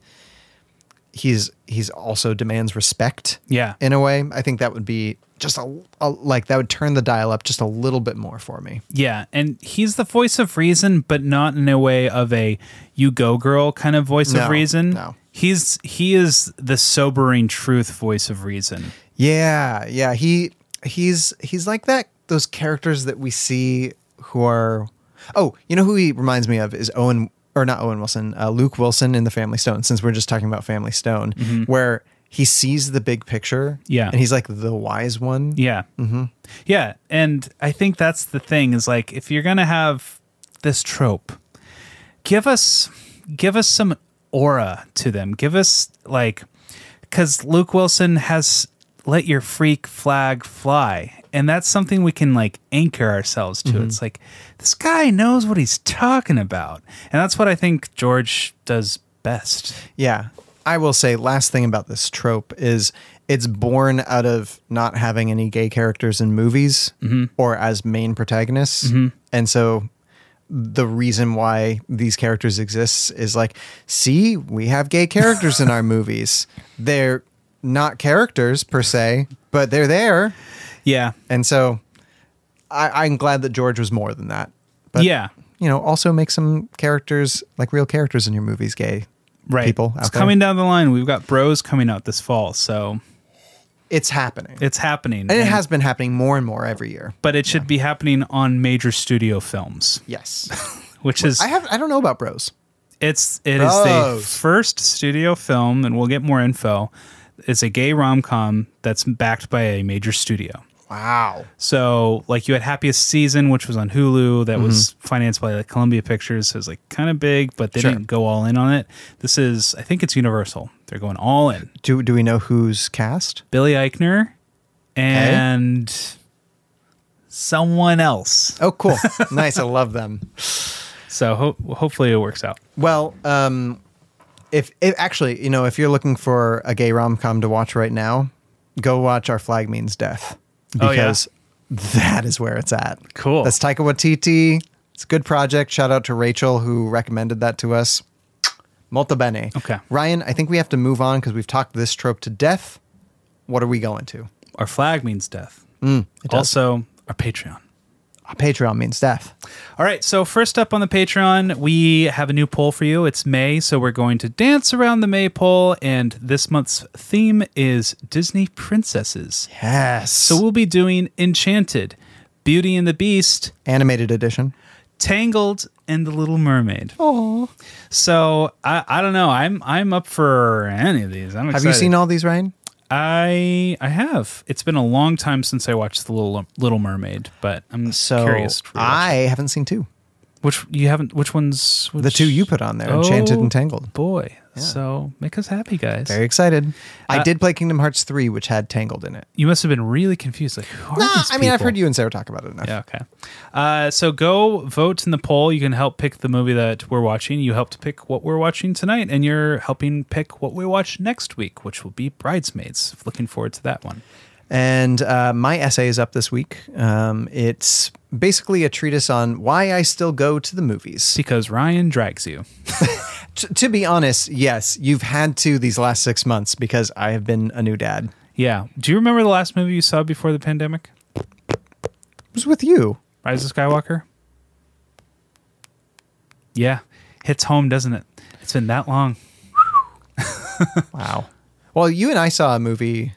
Speaker 3: he's he's also demands respect
Speaker 2: Yeah.
Speaker 3: in a way i think that would be just a, a like that would turn the dial up just a little bit more for me
Speaker 2: Yeah, and he's the voice of reason, but not in a way of a "you go girl" kind of voice
Speaker 3: No,
Speaker 2: of reason. No, he's he is the sobering truth voice of reason.
Speaker 3: Yeah, yeah. He he's he's like that those characters that we see who are Oh, you know who he reminds me of is Owen or not Owen Wilson, uh, Luke Wilson in The Family Stone, since we're just talking about Family Stone, where he sees the big picture.
Speaker 2: Yeah.
Speaker 3: And he's like the wise one.
Speaker 2: Yeah.
Speaker 3: Mhm.
Speaker 2: Yeah. And I think that's the thing is like, if you're going to have this trope, give us, give us some aura to them. Give us like, cause Luke Wilson has let your freak flag fly. And that's something we can like anchor ourselves to.
Speaker 3: Mm-hmm.
Speaker 12: Mhm.
Speaker 2: It's like, this guy knows what he's talking about. And that's what I think George does best.
Speaker 3: Yeah. I will say last thing about this trope is it's born out of not having any gay characters in movies
Speaker 2: Mhm.
Speaker 3: or as main protagonists.
Speaker 2: Mhm.
Speaker 3: And so the reason why these characters exist is like, see, we have gay characters in our movies. They're not characters per se, but they're there.
Speaker 2: Yeah.
Speaker 3: And so I, I'm glad that George was more than that. But
Speaker 2: Yeah.
Speaker 3: You know, also make some characters like real characters in your movies gay.
Speaker 2: Right.
Speaker 3: People out
Speaker 2: It's
Speaker 3: there.
Speaker 2: coming down the line. We've got Bros coming out this fall. So
Speaker 3: it's happening.
Speaker 2: It's happening.
Speaker 3: And it has been happening more and more every year.
Speaker 2: But it should be happening on major studio films.
Speaker 3: Yes.
Speaker 2: Which is
Speaker 3: I have I don't know about Bros.
Speaker 2: It's it is the
Speaker 3: Gross.
Speaker 2: first studio film, and we'll get more info. It's a gay rom com that's backed by a major studio.
Speaker 3: Wow.
Speaker 2: So like you had Happiest Season, which was on Hulu, that was financed by like Columbia Pictures, so it was like kind of big, but they
Speaker 3: Mm-hmm. Sure.
Speaker 2: didn't go all in on it. This is I think it's Universal. They're going all in.
Speaker 3: Do do we know who's cast?
Speaker 2: Billy Eichner and someone else.
Speaker 3: Oh, cool. nice. I love them.
Speaker 2: So ho- hopefully it works out.
Speaker 3: Well, um if, if actually, you know, if you're looking for a gay rom com to watch right now, go watch Our Flag Means Death.
Speaker 2: Oh, yeah.
Speaker 3: Because that is where it's at.
Speaker 2: Cool.
Speaker 3: That's Taika Waititi. It's a good project. Shout out to Rachel who recommended that to us. Molto bene. Okay. Ryan, I think we have to move on because we've talked this trope to death. What are we going to?
Speaker 2: Our flag means death.
Speaker 3: Mm, it does.
Speaker 2: Also, our Patreon.
Speaker 3: Our Patreon means death.
Speaker 2: All right, so first up on the Patreon, we have a new poll for you. It's May, so we're going to dance around the May poll, and this month's theme is Disney princesses.
Speaker 3: Yes. So
Speaker 2: we'll be doing Enchanted, Beauty and the Beast,
Speaker 3: animated edition,
Speaker 2: Tangled, and The Little Mermaid.
Speaker 3: Oh.
Speaker 2: So I, I don't know. I'm I'm up for any of these. I'm
Speaker 3: Have you
Speaker 2: excited.
Speaker 3: seen all these, Ryan?
Speaker 2: I I have. It's been a long time since I watched The Little Little Mermaid, but I'm
Speaker 3: So
Speaker 2: curious.
Speaker 3: I haven't seen two.
Speaker 2: Which you haven't? Which ones?
Speaker 3: The two you put on there, Enchanted and Tangled.
Speaker 2: Boy, so make us happy, guys.
Speaker 3: Very excited. I
Speaker 2: Uh,
Speaker 3: did play Kingdom Hearts three, which had Tangled in it.
Speaker 2: You must have been really confused. Like, who are
Speaker 3: Nah,
Speaker 2: these
Speaker 3: I mean, I've
Speaker 2: people?
Speaker 3: heard you and Sarah talk about it enough.
Speaker 2: Yeah, okay. Uh, so go vote in the poll. You can help pick the movie that we're watching. You helped pick what we're watching tonight, and you're helping pick what we watch next week, which will be Bridesmaids. Looking forward to that one.
Speaker 3: And uh, my essay is up this week. Um, it's basically a treatise on why I still go to the movies
Speaker 2: because Ryan drags you.
Speaker 3: T- to be honest, yes, you've had to these last six months because I have been a new dad.
Speaker 2: Yeah. Do you remember the last movie you saw before the pandemic?
Speaker 3: It was with you.
Speaker 2: Rise of Skywalker? Yeah. Hits home, doesn't it? It's been that long.
Speaker 3: wow. Well, you and I saw a movie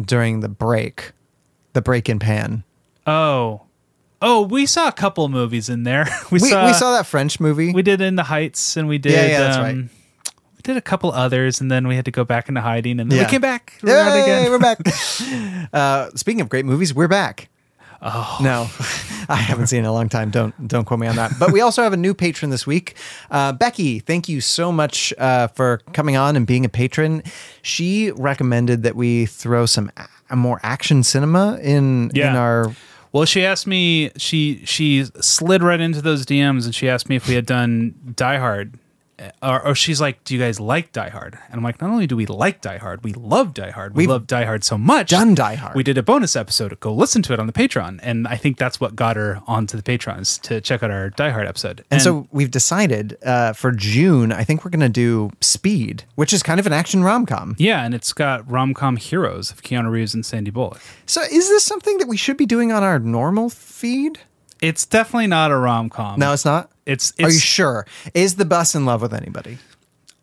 Speaker 3: during the break, the break in pan.
Speaker 2: Oh. Oh, we saw a couple of movies in there.
Speaker 3: We, we, saw, that French movie.
Speaker 2: We did In the Heights and we did
Speaker 3: Yeah, yeah, that's
Speaker 2: um,
Speaker 3: right.
Speaker 2: we did a couple others and then we had to go back into hiding and then
Speaker 3: Yeah.
Speaker 2: we came back.
Speaker 3: Yay,
Speaker 2: We're at it again.
Speaker 3: we're back. uh, speaking of great movies, we're back. Oh no, I haven't seen it in a long time. Don't don't quote me on that. But we also have a new patron this week, uh, Becky. Thank you so much uh, for coming on and being a patron. She recommended that we throw some a- more action cinema in in
Speaker 2: Yeah.
Speaker 3: our
Speaker 2: Well, she asked me. She she slid right into those DMs and she asked me if we had done Die Hard, Uh, or, or she's like, "Do you guys like Die Hard?" And I'm like, "Not only do we like Die Hard, we love Die Hard. We
Speaker 3: We've
Speaker 2: love Die Hard so much.
Speaker 3: done Die Hard.
Speaker 2: We did a bonus episode. Go listen to it on the Patreon. And I think that's what got her onto the Patrons to check out our Die Hard episode.
Speaker 3: And, so we've decided uh, for June, I think we're going to do Speed, which is kind of an action rom com.
Speaker 2: yeah, and it's got rom com heroes of Keanu Reeves and Sandy Bullock.
Speaker 3: So is this something that we should be doing on our normal feed?
Speaker 2: It's definitely not a rom com.
Speaker 3: No, it's not.
Speaker 2: It's,
Speaker 3: Are you
Speaker 2: it's-
Speaker 3: sure? Is the bus in love with anybody?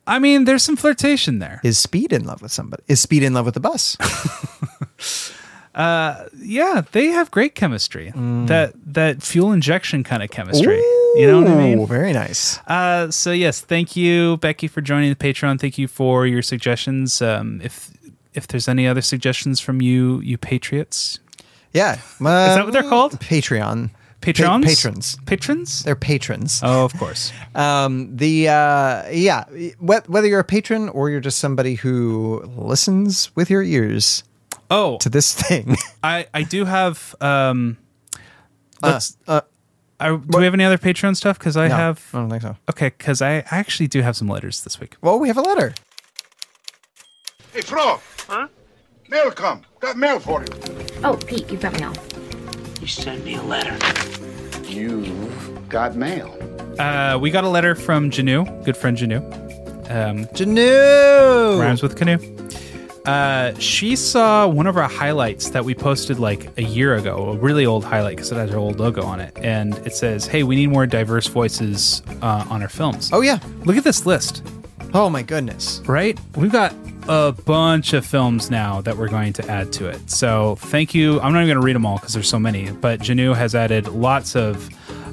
Speaker 2: I mean, there's some flirtation there.
Speaker 3: Is Speed in love with somebody? Is Speed in love with the bus? Mm.
Speaker 2: uh yeah they have great chemistry that that fuel injection kind of chemistry You know what I mean?
Speaker 3: Ooh, Very nice.
Speaker 2: Uh, so yes, thank you, Becky, for joining the Patreon. Thank you for your suggestions. Um, if if there's any other suggestions from you, you patriots,
Speaker 3: Yeah. Uh,
Speaker 2: is that what they're called?
Speaker 3: Patreon.
Speaker 2: Patrons?
Speaker 3: Pa- patrons.
Speaker 2: Patrons?
Speaker 3: They're patrons.
Speaker 2: Oh, of course.
Speaker 3: um, the uh, yeah, wh- whether you're a patron or you're just somebody who listens with your ears
Speaker 2: Oh,
Speaker 3: to this thing.
Speaker 2: I I do have. Um,
Speaker 3: Uh,
Speaker 2: let's. I, do we have any other Patreon stuff? Because I
Speaker 3: No,
Speaker 2: have.
Speaker 3: I don't think so.
Speaker 2: Okay, because I actually do have some letters this week.
Speaker 3: Well, we have a letter.
Speaker 12: Hey, Flo. Huh? Mail come. Got mail for you.
Speaker 13: Oh, Pete, you got me off.
Speaker 12: You sent me a letter. You've got mail.
Speaker 2: Uh, we got a letter from Janu, good friend Janu. Um,
Speaker 3: Janu
Speaker 2: rhymes with canoe. Uh, she saw one of our highlights that we posted like a year ago, a really old highlight because it has our old logo on it, and it says, "Hey, we need more diverse voices uh, on our films."
Speaker 3: Oh yeah,
Speaker 2: look at this list.
Speaker 3: Oh my goodness!
Speaker 2: Right, we've got a bunch of films now that we're going to add to it. So thank you. I'm not even going to read them all because there's so many, but Janu has added lots of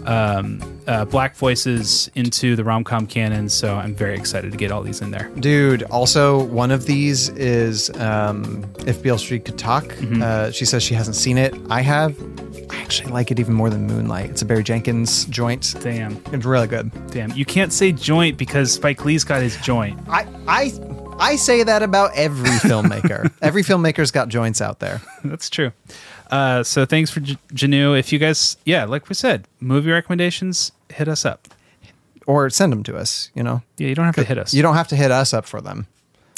Speaker 2: um, uh, black voices into the rom com canon. So I'm very excited to get all these in there.
Speaker 3: Dude, also one of these is um, if Beale Street could talk.
Speaker 2: Mm-hmm.
Speaker 3: Uh, she says she hasn't seen it. I have. I actually like it even more than Moonlight. It's a Barry Jenkins joint.
Speaker 2: Damn,
Speaker 3: it's really good.
Speaker 2: Damn, you can't say joint because Spike Lee's got his joint.
Speaker 3: I I I say that about every filmmaker. every filmmaker's got joints out there.
Speaker 2: That's true. Uh, so thanks for J- Janu. If you guys, yeah, like we said, movie recommendations, hit us up.
Speaker 3: Or send them to us, you know.
Speaker 2: Yeah, you don't have to hit us.
Speaker 3: You don't have to hit us up for them.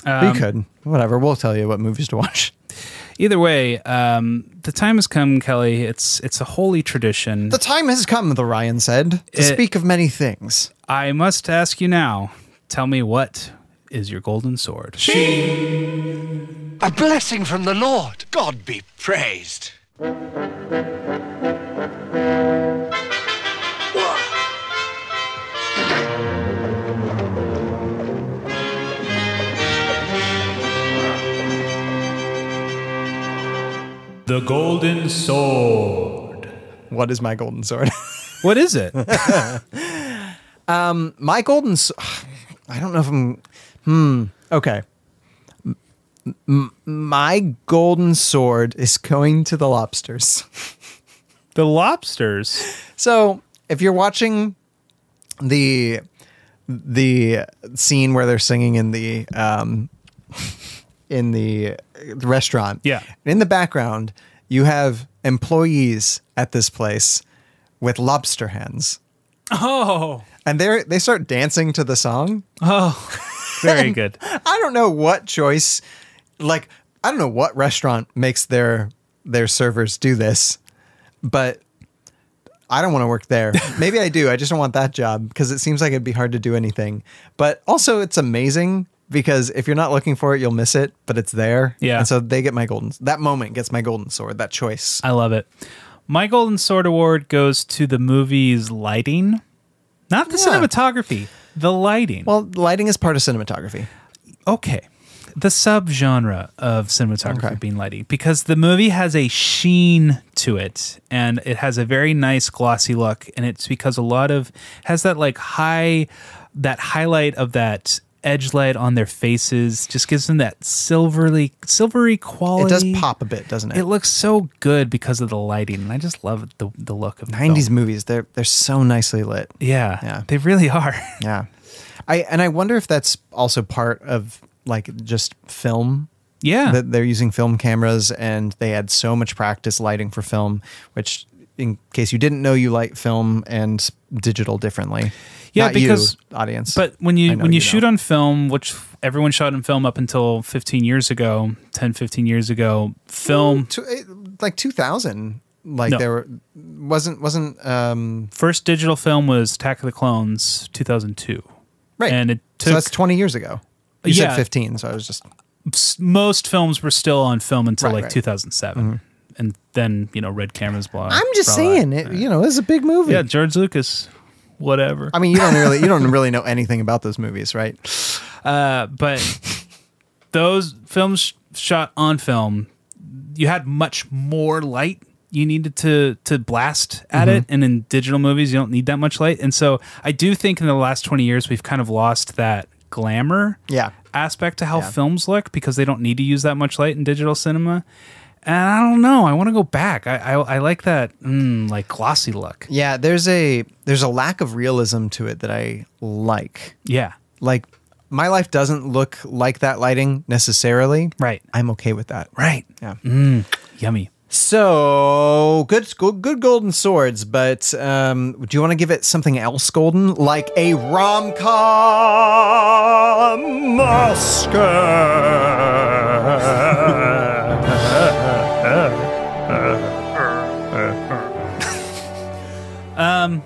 Speaker 3: But
Speaker 2: Um,
Speaker 3: you could. Whatever. We'll tell you what movies to watch.
Speaker 2: Either way, um, the time has come, Kelly. It's it's a holy tradition.
Speaker 3: The time has come, the Ryan said, to
Speaker 2: It-
Speaker 3: speak of many things.
Speaker 2: I must ask you now. Tell me what is your golden sword?
Speaker 14: A blessing from the Lord. God be praised.
Speaker 2: The golden sword.
Speaker 3: What is my golden sword?
Speaker 2: What is it?
Speaker 3: um, my golden. s- I don't know if I'm. Hmm. Okay. M- m- my golden sword is going to the lobsters.
Speaker 2: the lobsters.
Speaker 3: So if you're watching the the scene where they're singing in the um, in the restaurant,
Speaker 2: Yeah.
Speaker 3: in the background you have employees at this place with lobster hands.
Speaker 2: Oh.
Speaker 3: and they they start dancing to the song.
Speaker 2: Oh, very
Speaker 3: And
Speaker 2: good.
Speaker 3: I don't know what choice, like I don't know what restaurant makes their their servers do this, but I don't want to work there. Maybe I do. I just don't want that job because it seems like it'd be hard to do anything. But also, it's amazing because if you're not looking for it, you'll miss it. But it's there.
Speaker 2: Yeah.
Speaker 3: And so they get my golden. That moment gets my golden sword. That choice.
Speaker 2: I love it. My Golden Sword Award goes to the movie's lighting, not the cinematography, the lighting.
Speaker 3: Well, lighting is part of cinematography.
Speaker 2: Okay. The subgenre of cinematography being lighting, because the movie has a sheen to it and it has a very nice glossy look. And it's because a lot of has that like high, that highlight of that edge light on their faces just gives them that silvery, silvery quality.
Speaker 3: It does pop a bit, doesn't it?
Speaker 2: It looks so good because of the lighting, and I just love the, the look of the film.
Speaker 3: 90s movies they're they're so nicely lit
Speaker 2: Yeah, yeah, they really are.
Speaker 3: yeah i and i wonder if that's also part of like just film
Speaker 2: Yeah.
Speaker 3: that they're using film cameras and they had so much practice lighting for film which in case you didn't know you light film and digital differently
Speaker 2: Yeah,
Speaker 3: Not you,
Speaker 2: because
Speaker 3: audience
Speaker 2: But when you
Speaker 3: I know
Speaker 2: when you,
Speaker 3: you
Speaker 2: shoot on film, which everyone shot in film up until 15 years ago, 10, 15 years ago, film
Speaker 3: Tw- it- eh, like 2000 like
Speaker 2: No.
Speaker 3: there were, wasn't wasn't um
Speaker 2: first digital film was Attack of the Clones 2002.
Speaker 3: Right.
Speaker 2: And it
Speaker 3: so
Speaker 2: took
Speaker 3: that's 20 years ago you
Speaker 2: Yeah.
Speaker 3: said 15 so i was just
Speaker 2: s- most films were still on film until
Speaker 3: Right,
Speaker 2: like
Speaker 3: right. Mm-hmm.
Speaker 2: 2007. And then, you know, red cameras blah.
Speaker 3: i'm just
Speaker 2: blah, blah.
Speaker 3: saying it you know this is a big movie
Speaker 2: Yeah, George Lucas whatever.
Speaker 3: I mean, you don't really you don't really know anything about those movies, right?
Speaker 2: Uh, but those films sh- shot on film, you had much more light. you needed to to blast at it,
Speaker 3: Mm-hmm.
Speaker 2: and in digital movies you don't need that much light. And so I do think in the last twenty years we've kind of lost that glamour
Speaker 3: Yeah.
Speaker 2: aspect to how
Speaker 3: Yeah.
Speaker 2: films look because they don't need to use that much light in digital cinema. And I don't know. I want to go back. I, I I like that mm, like glossy look.
Speaker 3: Yeah, there's a there's a lack of realism to it that I like.
Speaker 2: Yeah.
Speaker 3: Like my life doesn't look like that lighting necessarily.
Speaker 2: Right.
Speaker 3: I'm okay with that.
Speaker 2: Right.
Speaker 3: Yeah.
Speaker 2: Mm, yummy.
Speaker 3: So good, good, good golden swords. But um, do you want to give it something else golden, like a rom com
Speaker 2: Um,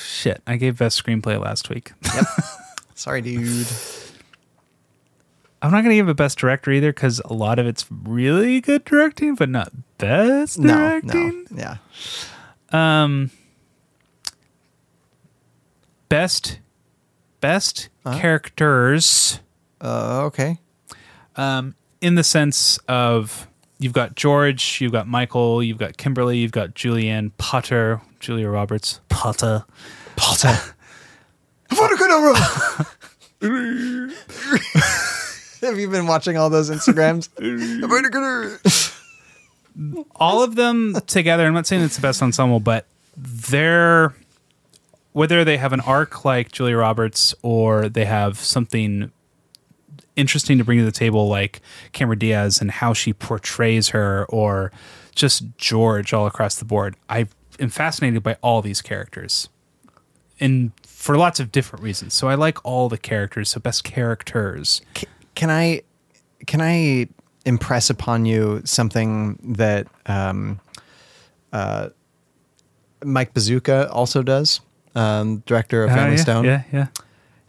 Speaker 2: shit. I gave best screenplay last week.
Speaker 3: Yep. Sorry, dude.
Speaker 2: I'm not going to give it best director either because a lot of it's really good directing, but not best
Speaker 3: No,
Speaker 2: directing.
Speaker 3: no, yeah.
Speaker 2: Um, best, best characters.
Speaker 3: Uh, okay.
Speaker 2: Um, in the sense of you've got George, you've got Michael, you've got Kimberly, you've got Julianne Potter, Julia Roberts, Potter, Potter.
Speaker 3: Have you been watching all those Instagrams?
Speaker 2: all of them together. I'm not saying it's the best ensemble, but they're whether they have an arc like Julia Roberts or they have something interesting to bring to the table like Cameron Diaz and how she portrays her or just George all across the board. I am fascinated by all these characters. And for lots of different reasons. So I like all the characters, so best characters.
Speaker 3: can I can I impress upon you something that um, uh, Mike Bazooka also does, um, director of
Speaker 2: Ah,
Speaker 3: Family
Speaker 2: yeah,
Speaker 3: Stone?
Speaker 2: Yeah, yeah.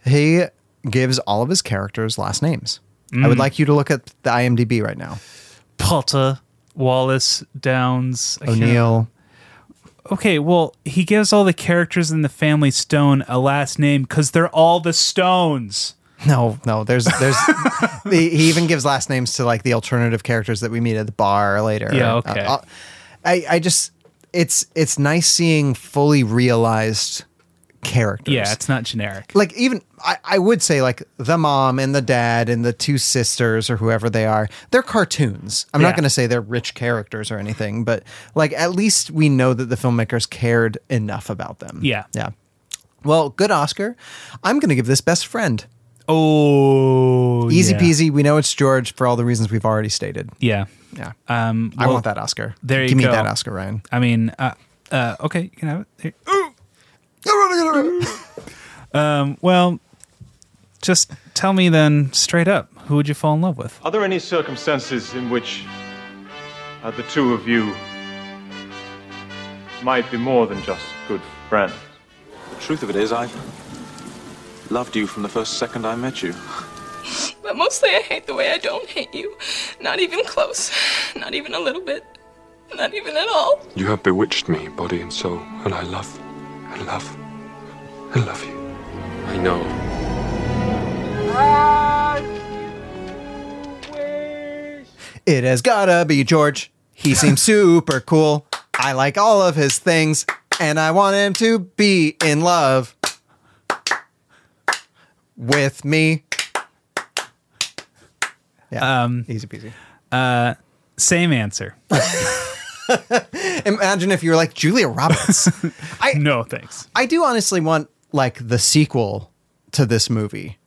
Speaker 3: He gives all of his characters last names. I
Speaker 2: Mm.
Speaker 3: would like you to look at the IMDb right now.
Speaker 2: Potter, Wallace, Downs, I can't-
Speaker 3: O'Neill.
Speaker 2: Okay, well, he gives all the characters in the Family Stone a last name because they're all the Stones.
Speaker 3: No, no. There's, there's. he, he even gives last names to like the alternative characters that we meet at the bar later.
Speaker 2: Yeah,
Speaker 3: Uh,
Speaker 2: okay.
Speaker 3: I'll- I, I just, it's, it's nice seeing fully realized characters.
Speaker 2: Yeah, it's not generic.
Speaker 3: like even I, I would say like the mom and the dad and the two sisters or whoever they are they're cartoons i'm
Speaker 2: Yeah.
Speaker 3: not going to say they're rich characters or anything but like at least we know that the filmmakers cared enough about them
Speaker 2: Yeah.
Speaker 3: yeah well good oscar i'm going to give this best friend
Speaker 2: Oh,
Speaker 3: easy
Speaker 2: yeah.
Speaker 3: peasy we know it's george for all the reasons we've already stated
Speaker 2: Yeah.
Speaker 3: yeah
Speaker 2: Um,
Speaker 3: i
Speaker 2: well,
Speaker 3: want that oscar
Speaker 2: There you
Speaker 3: give
Speaker 2: go.
Speaker 3: me that oscar ryan
Speaker 2: I mean, uh, uh, okay, you can have it. Here. um, well, just tell me then straight up who would you fall in love with?
Speaker 13: Are there any circumstances in which uh, the two of you might be more than just good friends?
Speaker 15: The truth of it is, I loved you from the first second I met you.
Speaker 16: But mostly I hate the way I don't hate you. Not even close. Not even a little bit. Not even at all.
Speaker 17: You have bewitched me, body and soul, and I love, and love, and love you. I know.
Speaker 3: It has gotta be George. He seems super cool. I like all of his things, and I want him to be in love with me. Yeah,
Speaker 2: um,
Speaker 3: easy peasy.
Speaker 2: Uh, same answer.
Speaker 3: Imagine if you were like Julia Roberts. I
Speaker 2: no thanks.
Speaker 3: I do honestly want like the sequel to this movie.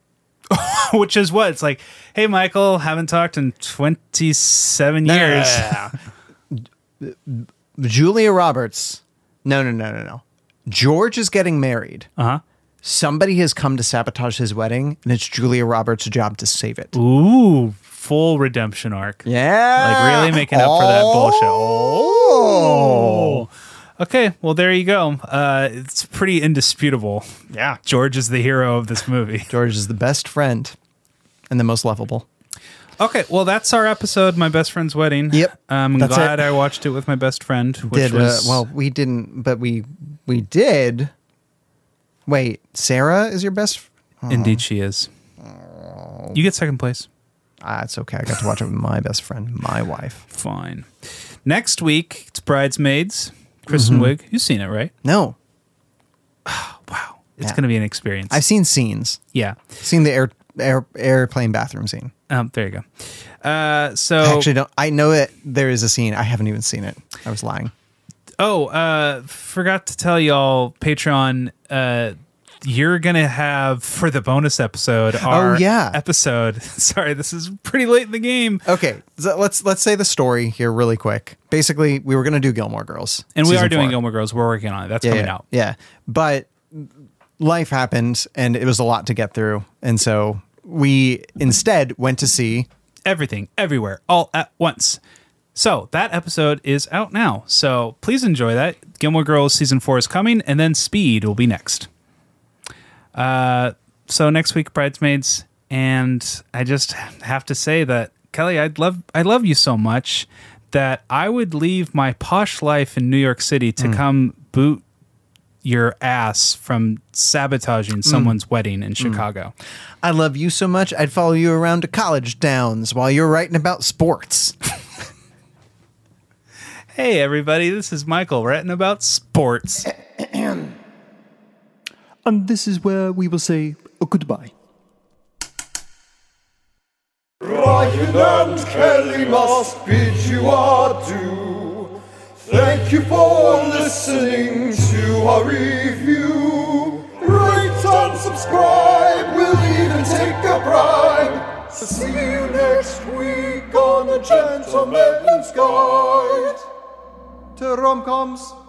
Speaker 2: Which is what? It's like, hey, Michael, haven't talked in 27 years.
Speaker 3: Julia Roberts. No, no, no, no, no. George is getting married.
Speaker 2: Uh huh.
Speaker 3: Somebody has come to sabotage his wedding, and it's Julia Roberts' job to save it.
Speaker 2: Ooh, full redemption arc.
Speaker 3: Yeah.
Speaker 2: Like really making up for that bullshit. Oh. Okay, well there you go. Uh, it's pretty indisputable.
Speaker 3: Yeah.
Speaker 2: George is the hero of this movie.
Speaker 3: George is the best friend and the most lovable.
Speaker 2: Okay, well that's our episode, My Best Friend's Wedding. Yep. I'm
Speaker 3: That's
Speaker 2: glad
Speaker 3: it.
Speaker 2: I watched it with my best friend, which
Speaker 3: did uh,
Speaker 2: was
Speaker 3: well, we didn't, but we we did. Wait, Sarah is your best. f- Oh.
Speaker 2: Indeed she is. You get second place.
Speaker 3: Ah, it's okay. I got to watch it with my best friend, my wife.
Speaker 2: Fine. Next week, it's Bridesmaids. Kristen
Speaker 3: Mhm.
Speaker 2: Wiig. You've seen it, right?
Speaker 3: No.
Speaker 2: wow. It's
Speaker 3: Yeah.
Speaker 2: going to be an experience.
Speaker 3: I've seen scenes.
Speaker 2: Yeah.
Speaker 3: Seen the air, air airplane bathroom scene.
Speaker 2: Um, there you go. Uh, so
Speaker 3: I actually don't. I know that there is a scene. I haven't even seen it. I was lying.
Speaker 2: Oh, uh, forgot to tell y'all, Patreon. Uh, you're gonna have for the bonus episode. Our
Speaker 3: Oh, yeah.
Speaker 2: episode. Sorry, this is pretty late in the game.
Speaker 3: Okay, so let's let's say the story here really quick. Basically, we were gonna do Gilmore Girls,
Speaker 2: and we
Speaker 3: season
Speaker 2: are doing
Speaker 3: four.
Speaker 2: Gilmore Girls. We're working on it. That's
Speaker 3: yeah,
Speaker 2: coming
Speaker 3: yeah,
Speaker 2: out.
Speaker 3: Yeah, but life happened, and it was a lot to get through, and so we instead went to see
Speaker 2: Everything, everywhere, all at once. So that episode is out now. So please enjoy that. Gilmore Girls season four is coming, and then Speed will be next. Uh, so next week, Bridesmaids, and I just have to say that Kelly, I'd love, I love you so much that I would leave my posh life in New York City to come boot your ass from sabotaging someone's wedding in Chicago.
Speaker 3: I love you so much. I'd follow you around to college downs while you're writing about sports.
Speaker 2: Hey, everybody, this is Michael ranting about sports.
Speaker 18: And this is where we will say oh, goodbye.
Speaker 9: Ryan and Kelly must bid you adieu. Thank you for listening to our review. Rate and subscribe, we'll even take a bribe. See you next week on the Gentleman's Guide to Rom-Coms.